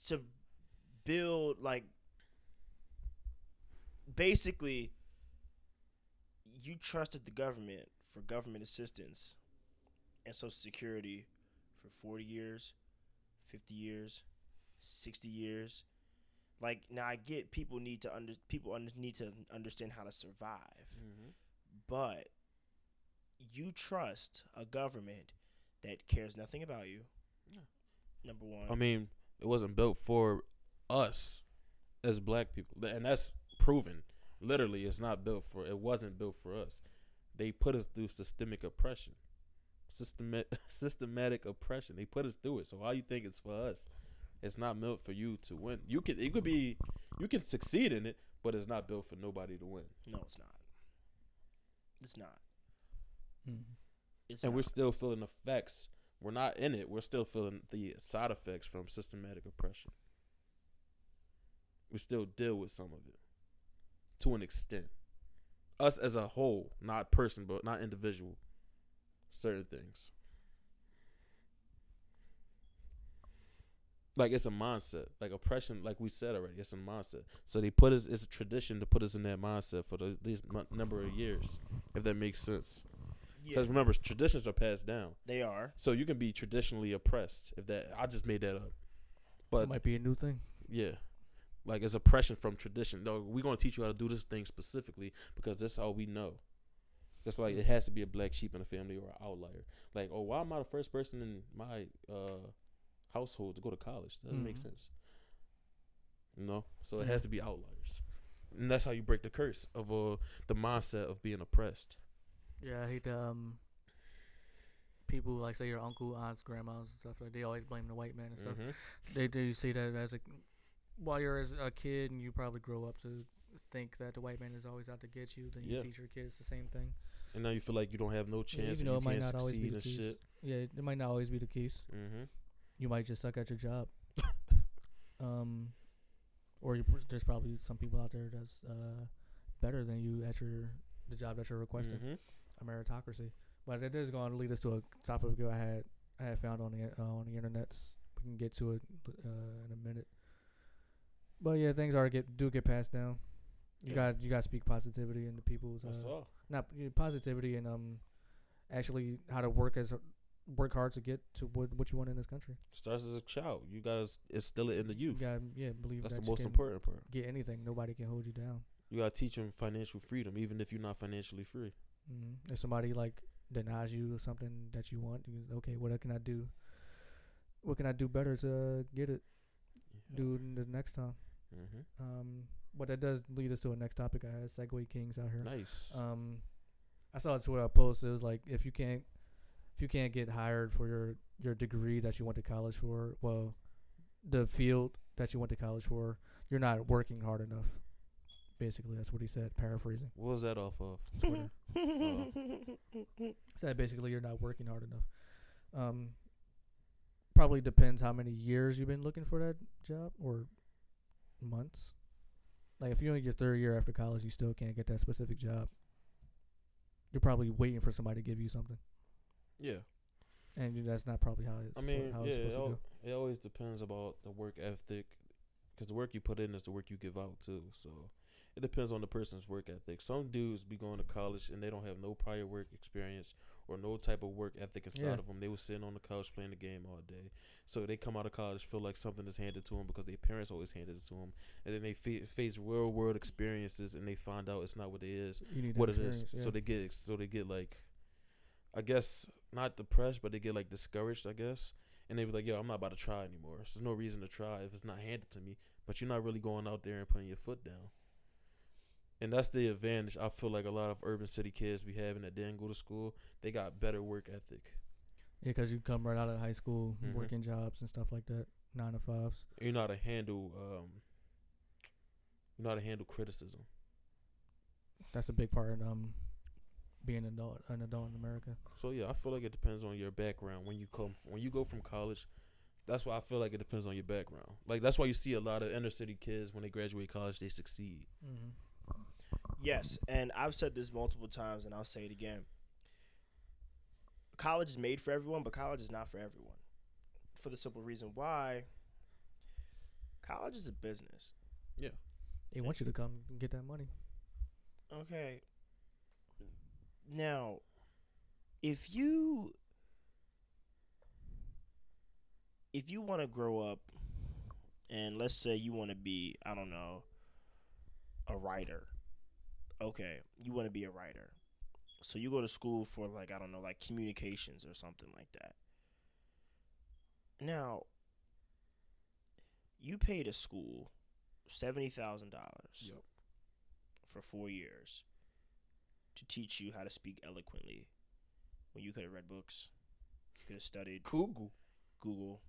[SPEAKER 5] to build like basically you trusted the government for government assistance and social security for 40 years 50 years 60 years like now i get people need to under people under, need to understand how to survive
[SPEAKER 4] Mm-hmm.
[SPEAKER 5] but you trust a government that cares nothing about you
[SPEAKER 4] Yeah.
[SPEAKER 5] number one
[SPEAKER 4] I mean, it wasn't built for us as black people, Th- and that's proven. Literally, it's not built for. It wasn't built for us. They put us through systemic oppression, systematic systematic oppression. They put us through it. So why you think it's for us? It's not built for you to win. You could it could be you can succeed in it, but it's not built for nobody to win.
[SPEAKER 5] No, it's not. It's not.
[SPEAKER 3] Mm.
[SPEAKER 5] It's
[SPEAKER 4] and
[SPEAKER 5] not.
[SPEAKER 4] we're still feeling the effects. We're not in it. We're still feeling the side effects from systematic oppression. We still deal with some of it to an extent. us as a whole, not person, but not individual. Certain things. Like it's a mindset, like oppression, like we said already, it's a mindset. So they put us, it's a tradition to put us in that mindset for those, these mon- number of years, if that makes sense. Because remember, traditions are passed down,
[SPEAKER 5] They are.
[SPEAKER 4] so you can be traditionally oppressed. If that, I just made that up, but
[SPEAKER 3] It might be a new thing.
[SPEAKER 4] yeah. Like it's oppression from tradition. No, we're gonna teach you how to do this thing specifically because that's all we know. That's like it has to be a black sheep in the family or an outlier. Like, oh, why am I the first person in my uh, household to go to college? That doesn't make
[SPEAKER 3] Mhm.
[SPEAKER 4] sense. You know? So it
[SPEAKER 3] Yeah.
[SPEAKER 4] has to be outliers. And that's how you break the curse of uh, the mindset of being oppressed.
[SPEAKER 3] Yeah, I hate um people like say your uncle, aunts, grandmas, and stuff like they always blame the white man and stuff.
[SPEAKER 4] Mhm.
[SPEAKER 3] They do see that as a while you're as a kid and you probably grow up to think that the white man is always out to get you. Then you
[SPEAKER 4] Yeah.
[SPEAKER 3] teach your kids the same thing.
[SPEAKER 4] And now you feel like you don't have no
[SPEAKER 3] even
[SPEAKER 4] chance and
[SPEAKER 3] though
[SPEAKER 4] you
[SPEAKER 3] it might
[SPEAKER 4] can't
[SPEAKER 3] not always be
[SPEAKER 4] succeed
[SPEAKER 3] the
[SPEAKER 4] and
[SPEAKER 3] case.
[SPEAKER 4] shit.
[SPEAKER 3] Yeah, it it might not always be the case.
[SPEAKER 4] Mm-hmm.
[SPEAKER 3] You might just suck at your job. um, or you, pr- there's probably some people out there that's uh better than you at your the job that you're requesting.
[SPEAKER 4] Mm-hmm.
[SPEAKER 3] a meritocracy. But it is going to lead us to a topic I had I had found on the uh, on the internet. We can get to it uh, in a minute. But yeah, things are get do get passed down. You
[SPEAKER 4] Yeah.
[SPEAKER 3] got you got to speak positivity into people's
[SPEAKER 4] That's
[SPEAKER 3] uh,
[SPEAKER 4] all.
[SPEAKER 3] not you know, positivity and um actually how to work as a- work hard to get to what what you want in this country.
[SPEAKER 4] Starts as a child. You gotta s- it's still in the
[SPEAKER 3] You
[SPEAKER 4] youth.
[SPEAKER 3] got yeah believe
[SPEAKER 4] That's
[SPEAKER 3] that
[SPEAKER 4] the
[SPEAKER 3] you
[SPEAKER 4] most
[SPEAKER 3] can
[SPEAKER 4] important part.
[SPEAKER 3] Get anything, nobody can hold you down.
[SPEAKER 4] You gotta teach them financial freedom, even if you're not financially free.
[SPEAKER 3] mm If somebody like denies you something that you want, you, okay, what can I do? What can I do better to get it? Do n- the next time.
[SPEAKER 4] hmm
[SPEAKER 3] Um, but that does lead us to a next topic. I had Segway Kings out here.
[SPEAKER 4] Nice.
[SPEAKER 3] Um, I saw a Twitter post. It was like if you can't if you can't get hired for your your degree that you went to college for, well, the field that you went to college for, you're not working hard enough. Basically, that's what he said. Paraphrasing.
[SPEAKER 4] what was that off of?
[SPEAKER 3] Twitter.
[SPEAKER 4] Oh.
[SPEAKER 3] So that basically you're not working hard enough. Um, probably depends how many years you've been looking for that job or months. Like if you're in your third year after college, you still can't get that specific job. You're probably waiting for somebody to give you something,
[SPEAKER 4] Yeah.
[SPEAKER 3] and you- that's not probably how it's,
[SPEAKER 4] I
[SPEAKER 3] suppo-
[SPEAKER 4] mean,
[SPEAKER 3] how
[SPEAKER 4] yeah,
[SPEAKER 3] it's
[SPEAKER 4] oh,
[SPEAKER 3] supposed
[SPEAKER 4] it,
[SPEAKER 3] to
[SPEAKER 4] al-
[SPEAKER 3] go.
[SPEAKER 4] it always depends about the work ethic, because the work you put in is the work you give out too. So it depends on the person's work ethic. Some dudes be going to college and they don't have no prior work experience or no type of work ethic inside
[SPEAKER 3] Yeah.
[SPEAKER 4] of them. They was sitting on the couch playing the game all day. So they come out of college feel like something is handed to them because their parents always handed it to them, and then they fa- face real world experiences and they find out it's not what it is.
[SPEAKER 3] You need that
[SPEAKER 4] what it
[SPEAKER 3] experience.
[SPEAKER 4] is.
[SPEAKER 3] Yeah.
[SPEAKER 4] So they get ex- so they get like, I guess not depressed, but they get like discouraged, I guess. And they be like, "Yo, I'm not about to try anymore. There's no reason to try if it's not handed to me." But you're not really going out there and putting your foot down. And that's the advantage I feel like a lot of urban city kids be having that didn't go to school. They got better work ethic.
[SPEAKER 3] Yeah, 'cause you come right out of high school,
[SPEAKER 4] Mhm.
[SPEAKER 3] working jobs and stuff like that, nine to fives.
[SPEAKER 4] You know how to handle um, you know how to handle criticism.
[SPEAKER 3] That's a big part in um being an adult, an adult in America.
[SPEAKER 4] So yeah, I feel like it depends on your background when you come f- when you go from college. That's why I feel like it depends on your background. Like that's why you see a lot of inner city kids when they graduate college they succeed.
[SPEAKER 3] Mm-hmm.
[SPEAKER 5] Yes, and I've said this multiple times, and I'll say it again. College is made for everyone, but college is not for everyone. For the simple reason why college is a business.
[SPEAKER 3] They want you to come and get that money.
[SPEAKER 5] Okay. Now, if you if you want to grow up and let's say you want to be, I don't know, a writer. Okay, you want to be a writer. So you go to school for like I don't know, like communications or something like that. Now, you pay to school $70,000 for four years to teach you how to speak eloquently when you could have read books, could have studied,
[SPEAKER 4] Google.
[SPEAKER 5] Google,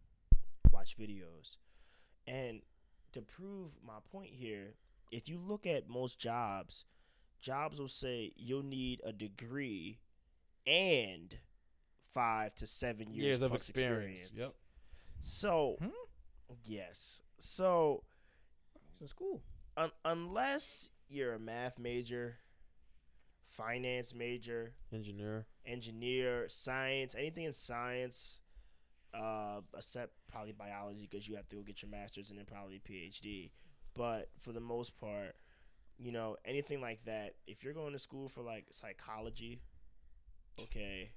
[SPEAKER 5] watch videos. And to prove my point here, if you look at most jobs, jobs will say you'll need a degree and five to seven years,
[SPEAKER 4] Years, of
[SPEAKER 5] plus
[SPEAKER 4] experience. Yep. Hmm?
[SPEAKER 5] So, yes. So,
[SPEAKER 3] It's in school.
[SPEAKER 5] un- unless you're a math major finance major,
[SPEAKER 4] Engineer.
[SPEAKER 5] engineer, science, anything in science, uh, except probably biology because you have to go get your master's and then probably PhD. But for the most part, you know, anything like that, if you're going to school for like psychology, okay,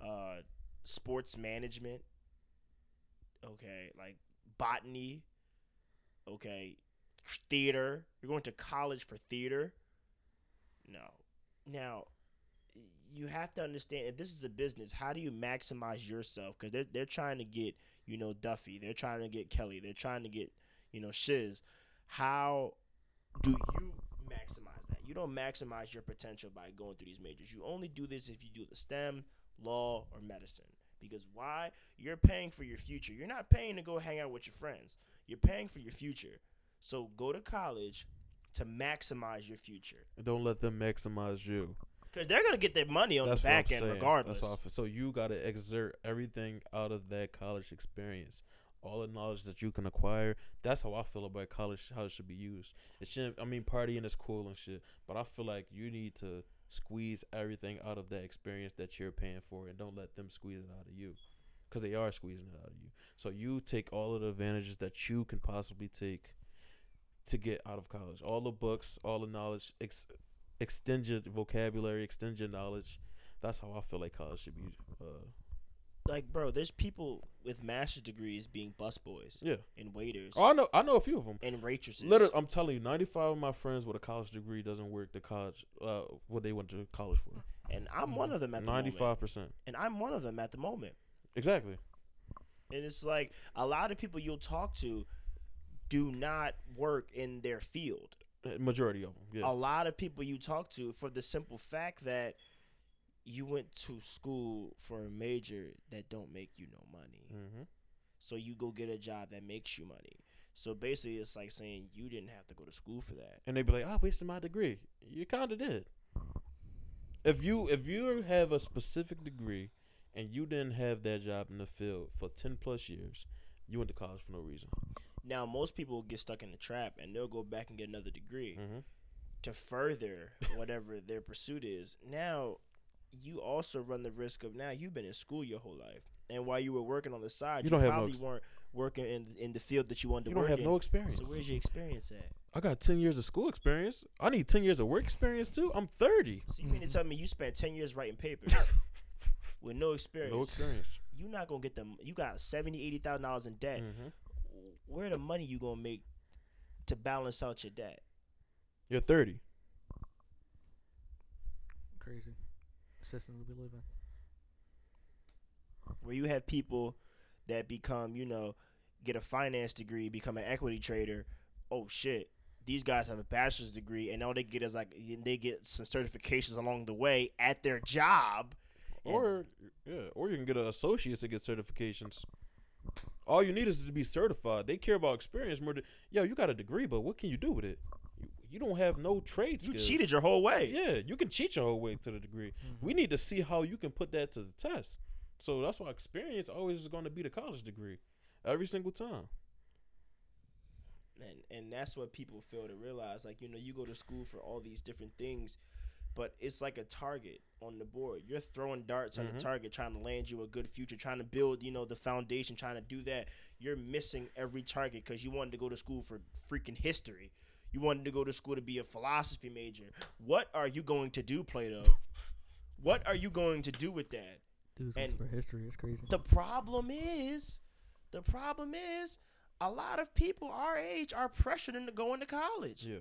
[SPEAKER 5] uh, sports management, okay, like botany, okay, theater, you're going to college for theater. No. Now, you have to understand if this is a business how do you maximize yourself because they're, they're trying to get you know duffy they're trying to get kelly they're trying to get you know shiz how do you maximize that you don't maximize your potential by going through these majors you only do this if you do the stem law or medicine because why you're paying for your future you're not paying to go hang out with your friends you're paying for your future so go to college to maximize your future
[SPEAKER 4] Don't let them maximize you.
[SPEAKER 5] because they're going to get their money on
[SPEAKER 4] That's
[SPEAKER 5] the
[SPEAKER 4] what I'm
[SPEAKER 5] back end
[SPEAKER 4] saying.
[SPEAKER 5] regardless
[SPEAKER 4] That's awful. So you gotta exert everything out of that college experience. All the knowledge that you can acquire. That's how I feel about college. How it should be used. It shouldn't. I mean, partying is cool and shit, but I feel like you need to squeeze everything out of that experience that you're paying for, and don't let them squeeze it out of you, because they are squeezing it out of you. So you take all of the advantages that you can possibly take to get out of college. All the books, all the knowledge, ex- extend your vocabulary, extend your knowledge, that's how I feel like college should be. Uh,
[SPEAKER 5] like bro, there's people with master's degrees being busboys
[SPEAKER 4] yeah.
[SPEAKER 5] and waiters
[SPEAKER 4] Oh, I know. I know a few of them.
[SPEAKER 5] and waitresses.
[SPEAKER 4] Literally, I'm telling you, 95 of my friends with a college degree doesn't work the college. Uh, what they went to college for.
[SPEAKER 5] and I'm one of them at the 95.
[SPEAKER 4] 95 percent.
[SPEAKER 5] And I'm one of them at the moment.
[SPEAKER 4] Exactly.
[SPEAKER 5] And it's like a lot of people you'll talk to do not work in their field.
[SPEAKER 4] Uh, Majority of them. Yeah.
[SPEAKER 5] A lot of people you talk to for the simple fact that you went to school for a major that don't make you no money.
[SPEAKER 4] mm-hmm.
[SPEAKER 5] So you go get a job that makes you money. So basically it's like saying you didn't have to go to school for that.
[SPEAKER 4] And they be like, "I wasted my degree." You kind of did. If you if you have a specific degree and you didn't have that job in the field for 10 plus years, you went to college for no reason.
[SPEAKER 5] Now most people get stuck in the trap and they'll go back and get another degree
[SPEAKER 4] Mm-hmm.
[SPEAKER 5] to further whatever their pursuit is. Now you also run the risk of now you've been in school your whole life. And while you were working on the side, you,
[SPEAKER 4] You don't have no
[SPEAKER 5] probably
[SPEAKER 4] ex-
[SPEAKER 5] weren't working in in the field that you wanted to
[SPEAKER 4] You don't
[SPEAKER 5] work
[SPEAKER 4] have
[SPEAKER 5] in.
[SPEAKER 4] no experience.
[SPEAKER 5] So where's your experience at?
[SPEAKER 4] I got 10 years of school experience. I need 10 years of work experience too. I'm 30.
[SPEAKER 5] So you mean to
[SPEAKER 3] Mhm.
[SPEAKER 5] tell me you spent ten years writing papers with no experience?
[SPEAKER 4] No experience.
[SPEAKER 5] You're not gonna get them. You got seventy, eighty thousand dollars in debt.
[SPEAKER 4] Mm-hmm.
[SPEAKER 5] Where the money you gonna make to balance out your debt?
[SPEAKER 4] You're 30.
[SPEAKER 3] Crazy system we live in.
[SPEAKER 5] where you have people that become, you know, get a finance degree, become an equity trader. Oh shit, these guys have a bachelor's degree, and all they get is like they get some certifications along the way at their job. And-
[SPEAKER 4] Or yeah, or you can get an associate's to get certifications. All you need is to be certified. They care about experience more. Than, yo, you got a degree, but what can you do with it? You, you don't have no trade
[SPEAKER 5] you
[SPEAKER 4] skills.
[SPEAKER 5] cheated your whole way.
[SPEAKER 4] Yeah, you can cheat your whole way to the degree. We need to see how you can put that to the test. So that's why experience always is going to be the college degree, every single time.
[SPEAKER 5] and and that's what people fail to realize like you know you go to school for all these different things but it's like a target on the board you're throwing darts on
[SPEAKER 4] Mhm.
[SPEAKER 5] the target trying to land you a good future trying to build you know the foundation trying to do that you're missing every target because you wanted to go to school for freaking history you wanted to go to school to be a philosophy major what are you going to do plato what are you going to do with that
[SPEAKER 3] Dudes
[SPEAKER 5] And-
[SPEAKER 3] went for history. It's crazy.
[SPEAKER 5] the problem is, the problem is, a lot of people our age are pressured into going to college,
[SPEAKER 4] Yeah,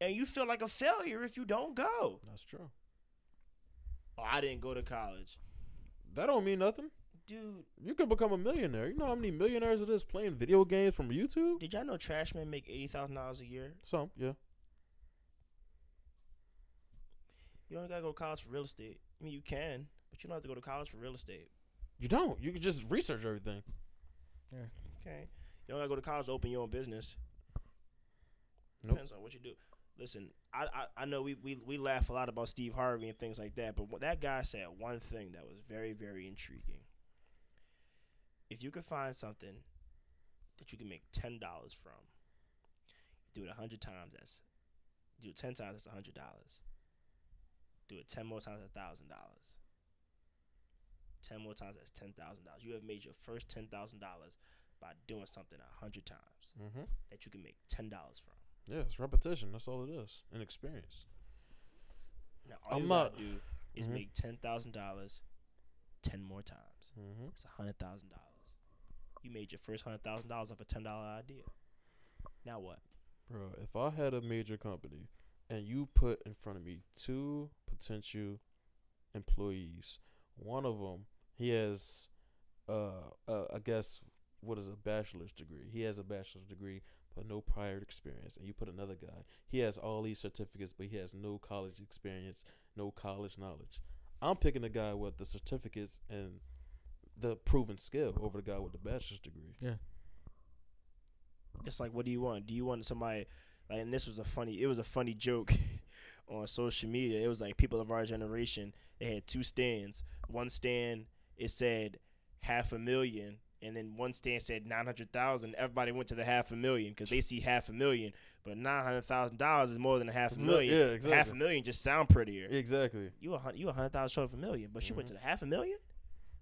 [SPEAKER 5] and you feel like a failure if you don't go.
[SPEAKER 4] that's true.
[SPEAKER 5] Oh, I didn't go to college,
[SPEAKER 4] That don't mean nothing.
[SPEAKER 5] dude.
[SPEAKER 4] You can become a millionaire. You know how many millionaires it is playing video games from YouTube?
[SPEAKER 5] Did y'all know trashmen make eighty thousand dollars a year?
[SPEAKER 4] Some, yeah.
[SPEAKER 5] You don't gotta go to college for real estate. I mean, you can, but you don't have to go to college for real estate.
[SPEAKER 4] You don't. You can just research everything.
[SPEAKER 5] Okay, you don't gotta go to college to open your own business.
[SPEAKER 4] Nope.
[SPEAKER 5] Depends on what you do. Listen, I, I I know we, we we laugh a lot about Steve Harvey and things like that, but what that guy said one thing that was very very intriguing. If you could find something that you can make ten dollars from, do it a hundred times. That's do it ten times. That's a hundred dollars.
[SPEAKER 2] Do it ten more times, a thousand dollars. Ten more times, that's ten thousand dollars. You have made your first ten thousand dollars by doing something a hundred times
[SPEAKER 4] Mm-hmm.
[SPEAKER 2] that you can make ten dollars from.
[SPEAKER 4] Yeah, it's repetition. That's all it is. An experience.
[SPEAKER 2] Now all
[SPEAKER 4] I'm
[SPEAKER 2] you gotta
[SPEAKER 4] not-
[SPEAKER 2] do is
[SPEAKER 4] Mhm.
[SPEAKER 2] make ten thousand dollars ten more times.
[SPEAKER 4] Mm-hmm.
[SPEAKER 2] It's a hundred thousand dollars. You made your first hundred thousand dollars off a ten dollar idea. Now what?
[SPEAKER 4] Bro, if I had a major company and you put in front of me two potential employees, one of them he has, uh, uh I guess what is a bachelor's degree? He has a bachelor's degree but no prior experience, and you put another guy. He has all these certificates, but he has no college experience, no college knowledge. I'm picking the guy with the certificates and the proven skill over the guy with the bachelor's degree.
[SPEAKER 2] It's like, what do you want? Do you want somebody? Like, and this was a funny. It was a funny joke on social media. It was like people of our generation. They had two stands. One stand it said half a million, and then one stand said nine hundred thousand. Everybody went to the half a million because they see half a million, but nine hundred thousand dollars is more than a half a
[SPEAKER 4] Yeah,
[SPEAKER 2] million.
[SPEAKER 4] exactly.
[SPEAKER 2] Half a million just sound prettier.
[SPEAKER 4] Exactly.
[SPEAKER 2] You a hun- you a hundred thousand short of a million, but you went
[SPEAKER 4] Mhm.
[SPEAKER 2] to the half a million,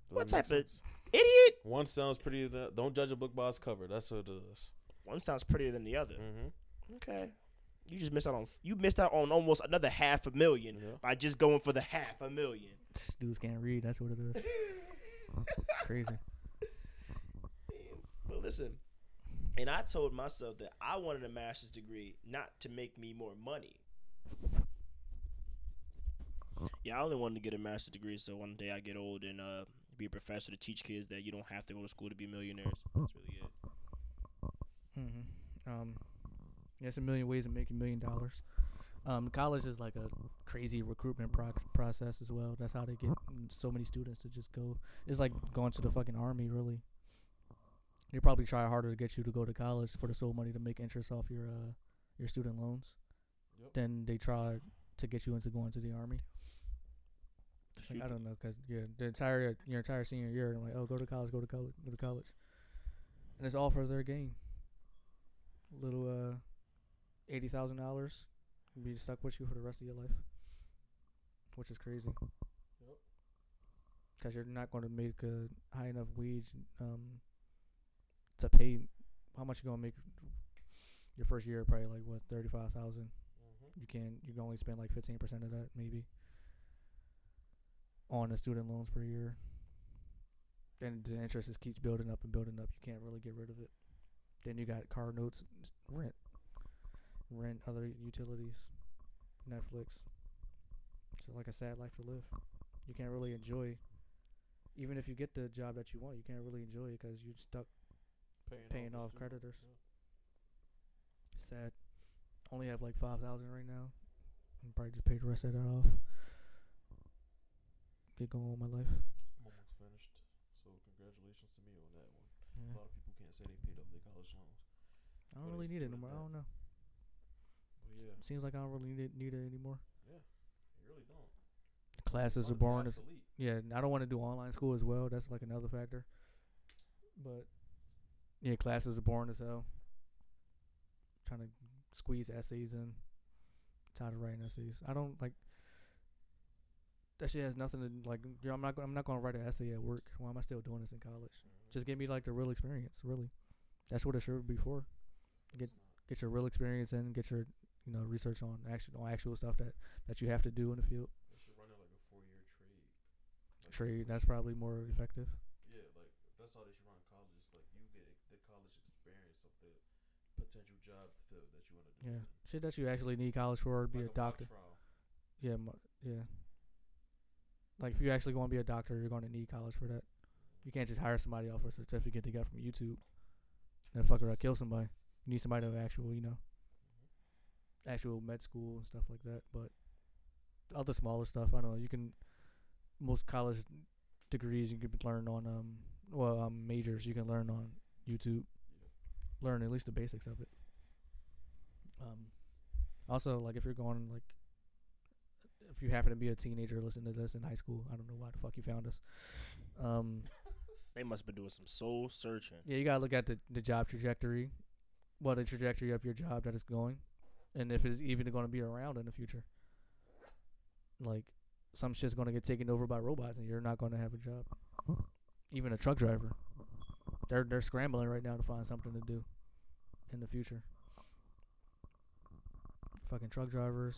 [SPEAKER 4] Does
[SPEAKER 2] What
[SPEAKER 4] that make
[SPEAKER 2] type of-
[SPEAKER 4] sense?
[SPEAKER 2] idiot.
[SPEAKER 4] One sounds pretty. than the- Don't judge a book by its cover. That's what it is.
[SPEAKER 2] One sounds prettier than the other.
[SPEAKER 4] Mm-hmm.
[SPEAKER 2] Okay. You just missed out on you missed out on almost another half a million
[SPEAKER 4] Yeah.
[SPEAKER 2] by just going for the half a million.
[SPEAKER 3] Dudes can't read. That's what it is. Crazy.
[SPEAKER 2] But listen, and I told myself that I wanted a master's degree not to make me more money. Yeah, I only wanted to get a master's degree so one day I get old and uh, be a professor to teach kids that you don't have to go to school to be millionaires. That's really it.
[SPEAKER 3] Mm-hmm. Um, there's a million ways of making a million dollars. Um, college is like a crazy recruitment pro- process as well. That's how they get mm, so many students to just go. It's like going to the fucking army, really. They probably try harder to get you to go to college for the sole money to make interest off your uh, your student loans.
[SPEAKER 4] Yep.
[SPEAKER 3] Then they try to get you into going to the army. Like,
[SPEAKER 2] Shoot.
[SPEAKER 3] I don't know, cause yeah, the entire your entire senior year, I'm like, oh, go to college, go to college, go to college, and it's all for their game. Little uh, eighty thousand dollars be stuck with you for the rest of your life, which is crazy. Cause you're not going to make a high enough wage um to pay. How much you gonna make your first year? Probably like what thirty five thousand. You can you can only spend like fifteen percent of that maybe on the student loans per year. And the interest just keeps building up and building up. You can't really get rid of it. Then you got car notes, rent, rent, other utilities, Netflix. So like a sad life to live. You can't really enjoy. Even if you get the job that you want, you can't really enjoy it because you're stuck paying off creditors. Sad. Only have like five thousand right now. And probably just pay the rest of that off. Get going with my life.
[SPEAKER 4] I'm almost finished. So congratulations to me on that one. A lot of people can't say they paid off their college loans.
[SPEAKER 3] I don't
[SPEAKER 4] Well,
[SPEAKER 3] really
[SPEAKER 4] it's
[SPEAKER 3] need it no
[SPEAKER 4] doing
[SPEAKER 3] more. I
[SPEAKER 4] that.
[SPEAKER 3] don't know.
[SPEAKER 4] But yeah,
[SPEAKER 3] Seems like I don't really need it, need it anymore.
[SPEAKER 4] you really don't.
[SPEAKER 3] Classes are
[SPEAKER 4] Honestly,
[SPEAKER 3] boring. As,
[SPEAKER 4] obsolete.
[SPEAKER 3] yeah, and I don't want to do online school as well. That's like another factor. But yeah, classes are boring as hell. Trying to squeeze essays in. Tired of writing essays. I don't like. That shit has nothing to like. You know, I'm not. go- I'm not gonna write an essay at work. Why am I still doing this in college? Just give me like the real experience. Really, that's what it should be for. Get get your real experience in. Get your you know research on actual on actual stuff that that you have to do in the field.
[SPEAKER 4] They should run it like a four-year trade. Like,
[SPEAKER 3] Trade that's probably more effective.
[SPEAKER 4] Yeah, like that's how they should run colleges. Like you get the college experience of the potential job field that you want to do.
[SPEAKER 3] Yeah, shit that you actually need college for. Be a doctor. Yeah, mo- yeah. Like if you actually going to be a doctor, you're going to need college for that. You can't just hire somebody off a certificate they got from YouTube and fucker up kill somebody. You need somebody of actual, you know, actual med school and stuff like that. But the other smaller stuff, I don't know. You can most college degrees you can learn on um well um majors you can learn on YouTube. Learn at least the basics of it. Um, also like if you're going like if you happen to be a teenager listening to this in high school, I don't know why the fuck you found us. Um,
[SPEAKER 2] They must have been doing some soul searching.
[SPEAKER 3] yeah, you gotta look at the, the job trajectory, what the trajectory of your job that is going, and if it's even going to be around in the future. Like some shit's gonna get taken over by robots, and you're not gonna have a job. Even a truck driver, they're they're scrambling right now to find something to do in the future. Fucking truck drivers,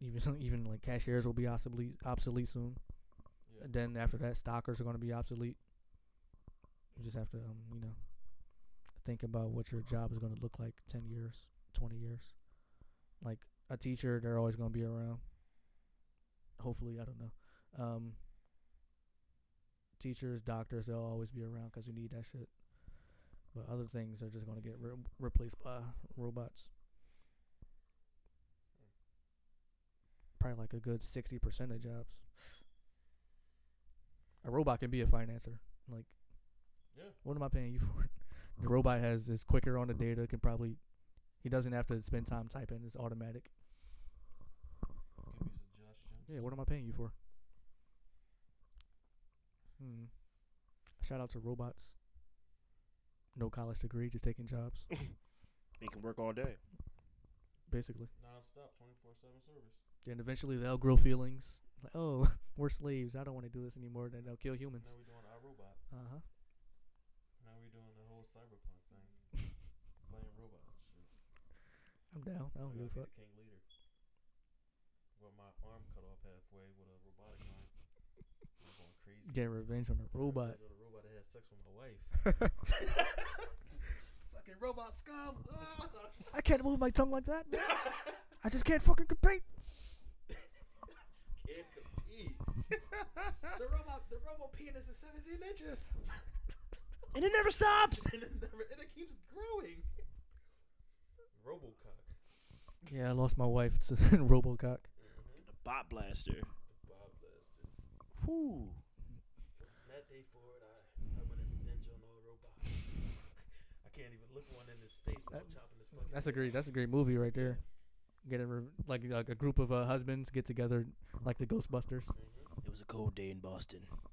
[SPEAKER 3] even even like cashiers will be obsolete obsolete soon.
[SPEAKER 4] Yeah.
[SPEAKER 3] And then after that, stockers are gonna be obsolete. You just have to, um, you know, think about what your job is gonna look like ten years, twenty years. Like a teacher, they're always gonna be around. Hopefully, I don't know. Um, teachers, doctors, they'll always be around 'cause we need that shit. But other things are just gonna get re- replaced by robots. Probably like a good sixty percent of jobs. A robot can be a financer. Like,
[SPEAKER 4] Yeah.
[SPEAKER 3] what am I paying you for? The robot has is quicker on the data. Can probably, he doesn't have to spend time typing. It's automatic.
[SPEAKER 4] Give me suggestions.
[SPEAKER 3] Yeah, what am I paying you for? Hmm. Shout out to robots. No college degree, just taking jobs,
[SPEAKER 2] They can work all day.
[SPEAKER 3] basically.
[SPEAKER 4] Non-stop, 24/7 service.
[SPEAKER 3] Then eventually they'll grow feelings like, oh, we're slaves. I don't want to do this anymore. Then they'll kill humans.
[SPEAKER 4] Now we doing our robot.
[SPEAKER 3] Uh huh.
[SPEAKER 4] Now we doing the whole cyberpunk thing. Playing robots and shit.
[SPEAKER 3] I'm down. I don't
[SPEAKER 4] I
[SPEAKER 3] give a
[SPEAKER 4] gotta
[SPEAKER 3] fuck.
[SPEAKER 4] be the King leader. With my arm cut off halfway with a robotic arm. I'm going crazy.
[SPEAKER 3] Get revenge on a robot.
[SPEAKER 4] The robot that had sex with my wife. Fucking robot scum. Ah!
[SPEAKER 3] I can't move my tongue like that. I just can't fucking compete.
[SPEAKER 4] Can't compete. the robot, the robot penis is 17 inches.
[SPEAKER 2] And it never stops.
[SPEAKER 4] and it never, and it keeps growing. Robocock.
[SPEAKER 3] Yeah, I lost my wife to Robocock.
[SPEAKER 2] The bot blaster.
[SPEAKER 4] Bob Lester.
[SPEAKER 2] Whew.
[SPEAKER 4] From that day forward, I, I went in revenge on all robots. I can't even look one in his face without
[SPEAKER 3] That-
[SPEAKER 4] chopping his fucking
[SPEAKER 3] That's a great. That's a great movie right there. Get a re- like like a group of uh, husbands get together like the Ghostbusters.
[SPEAKER 2] It was a cold day in Boston.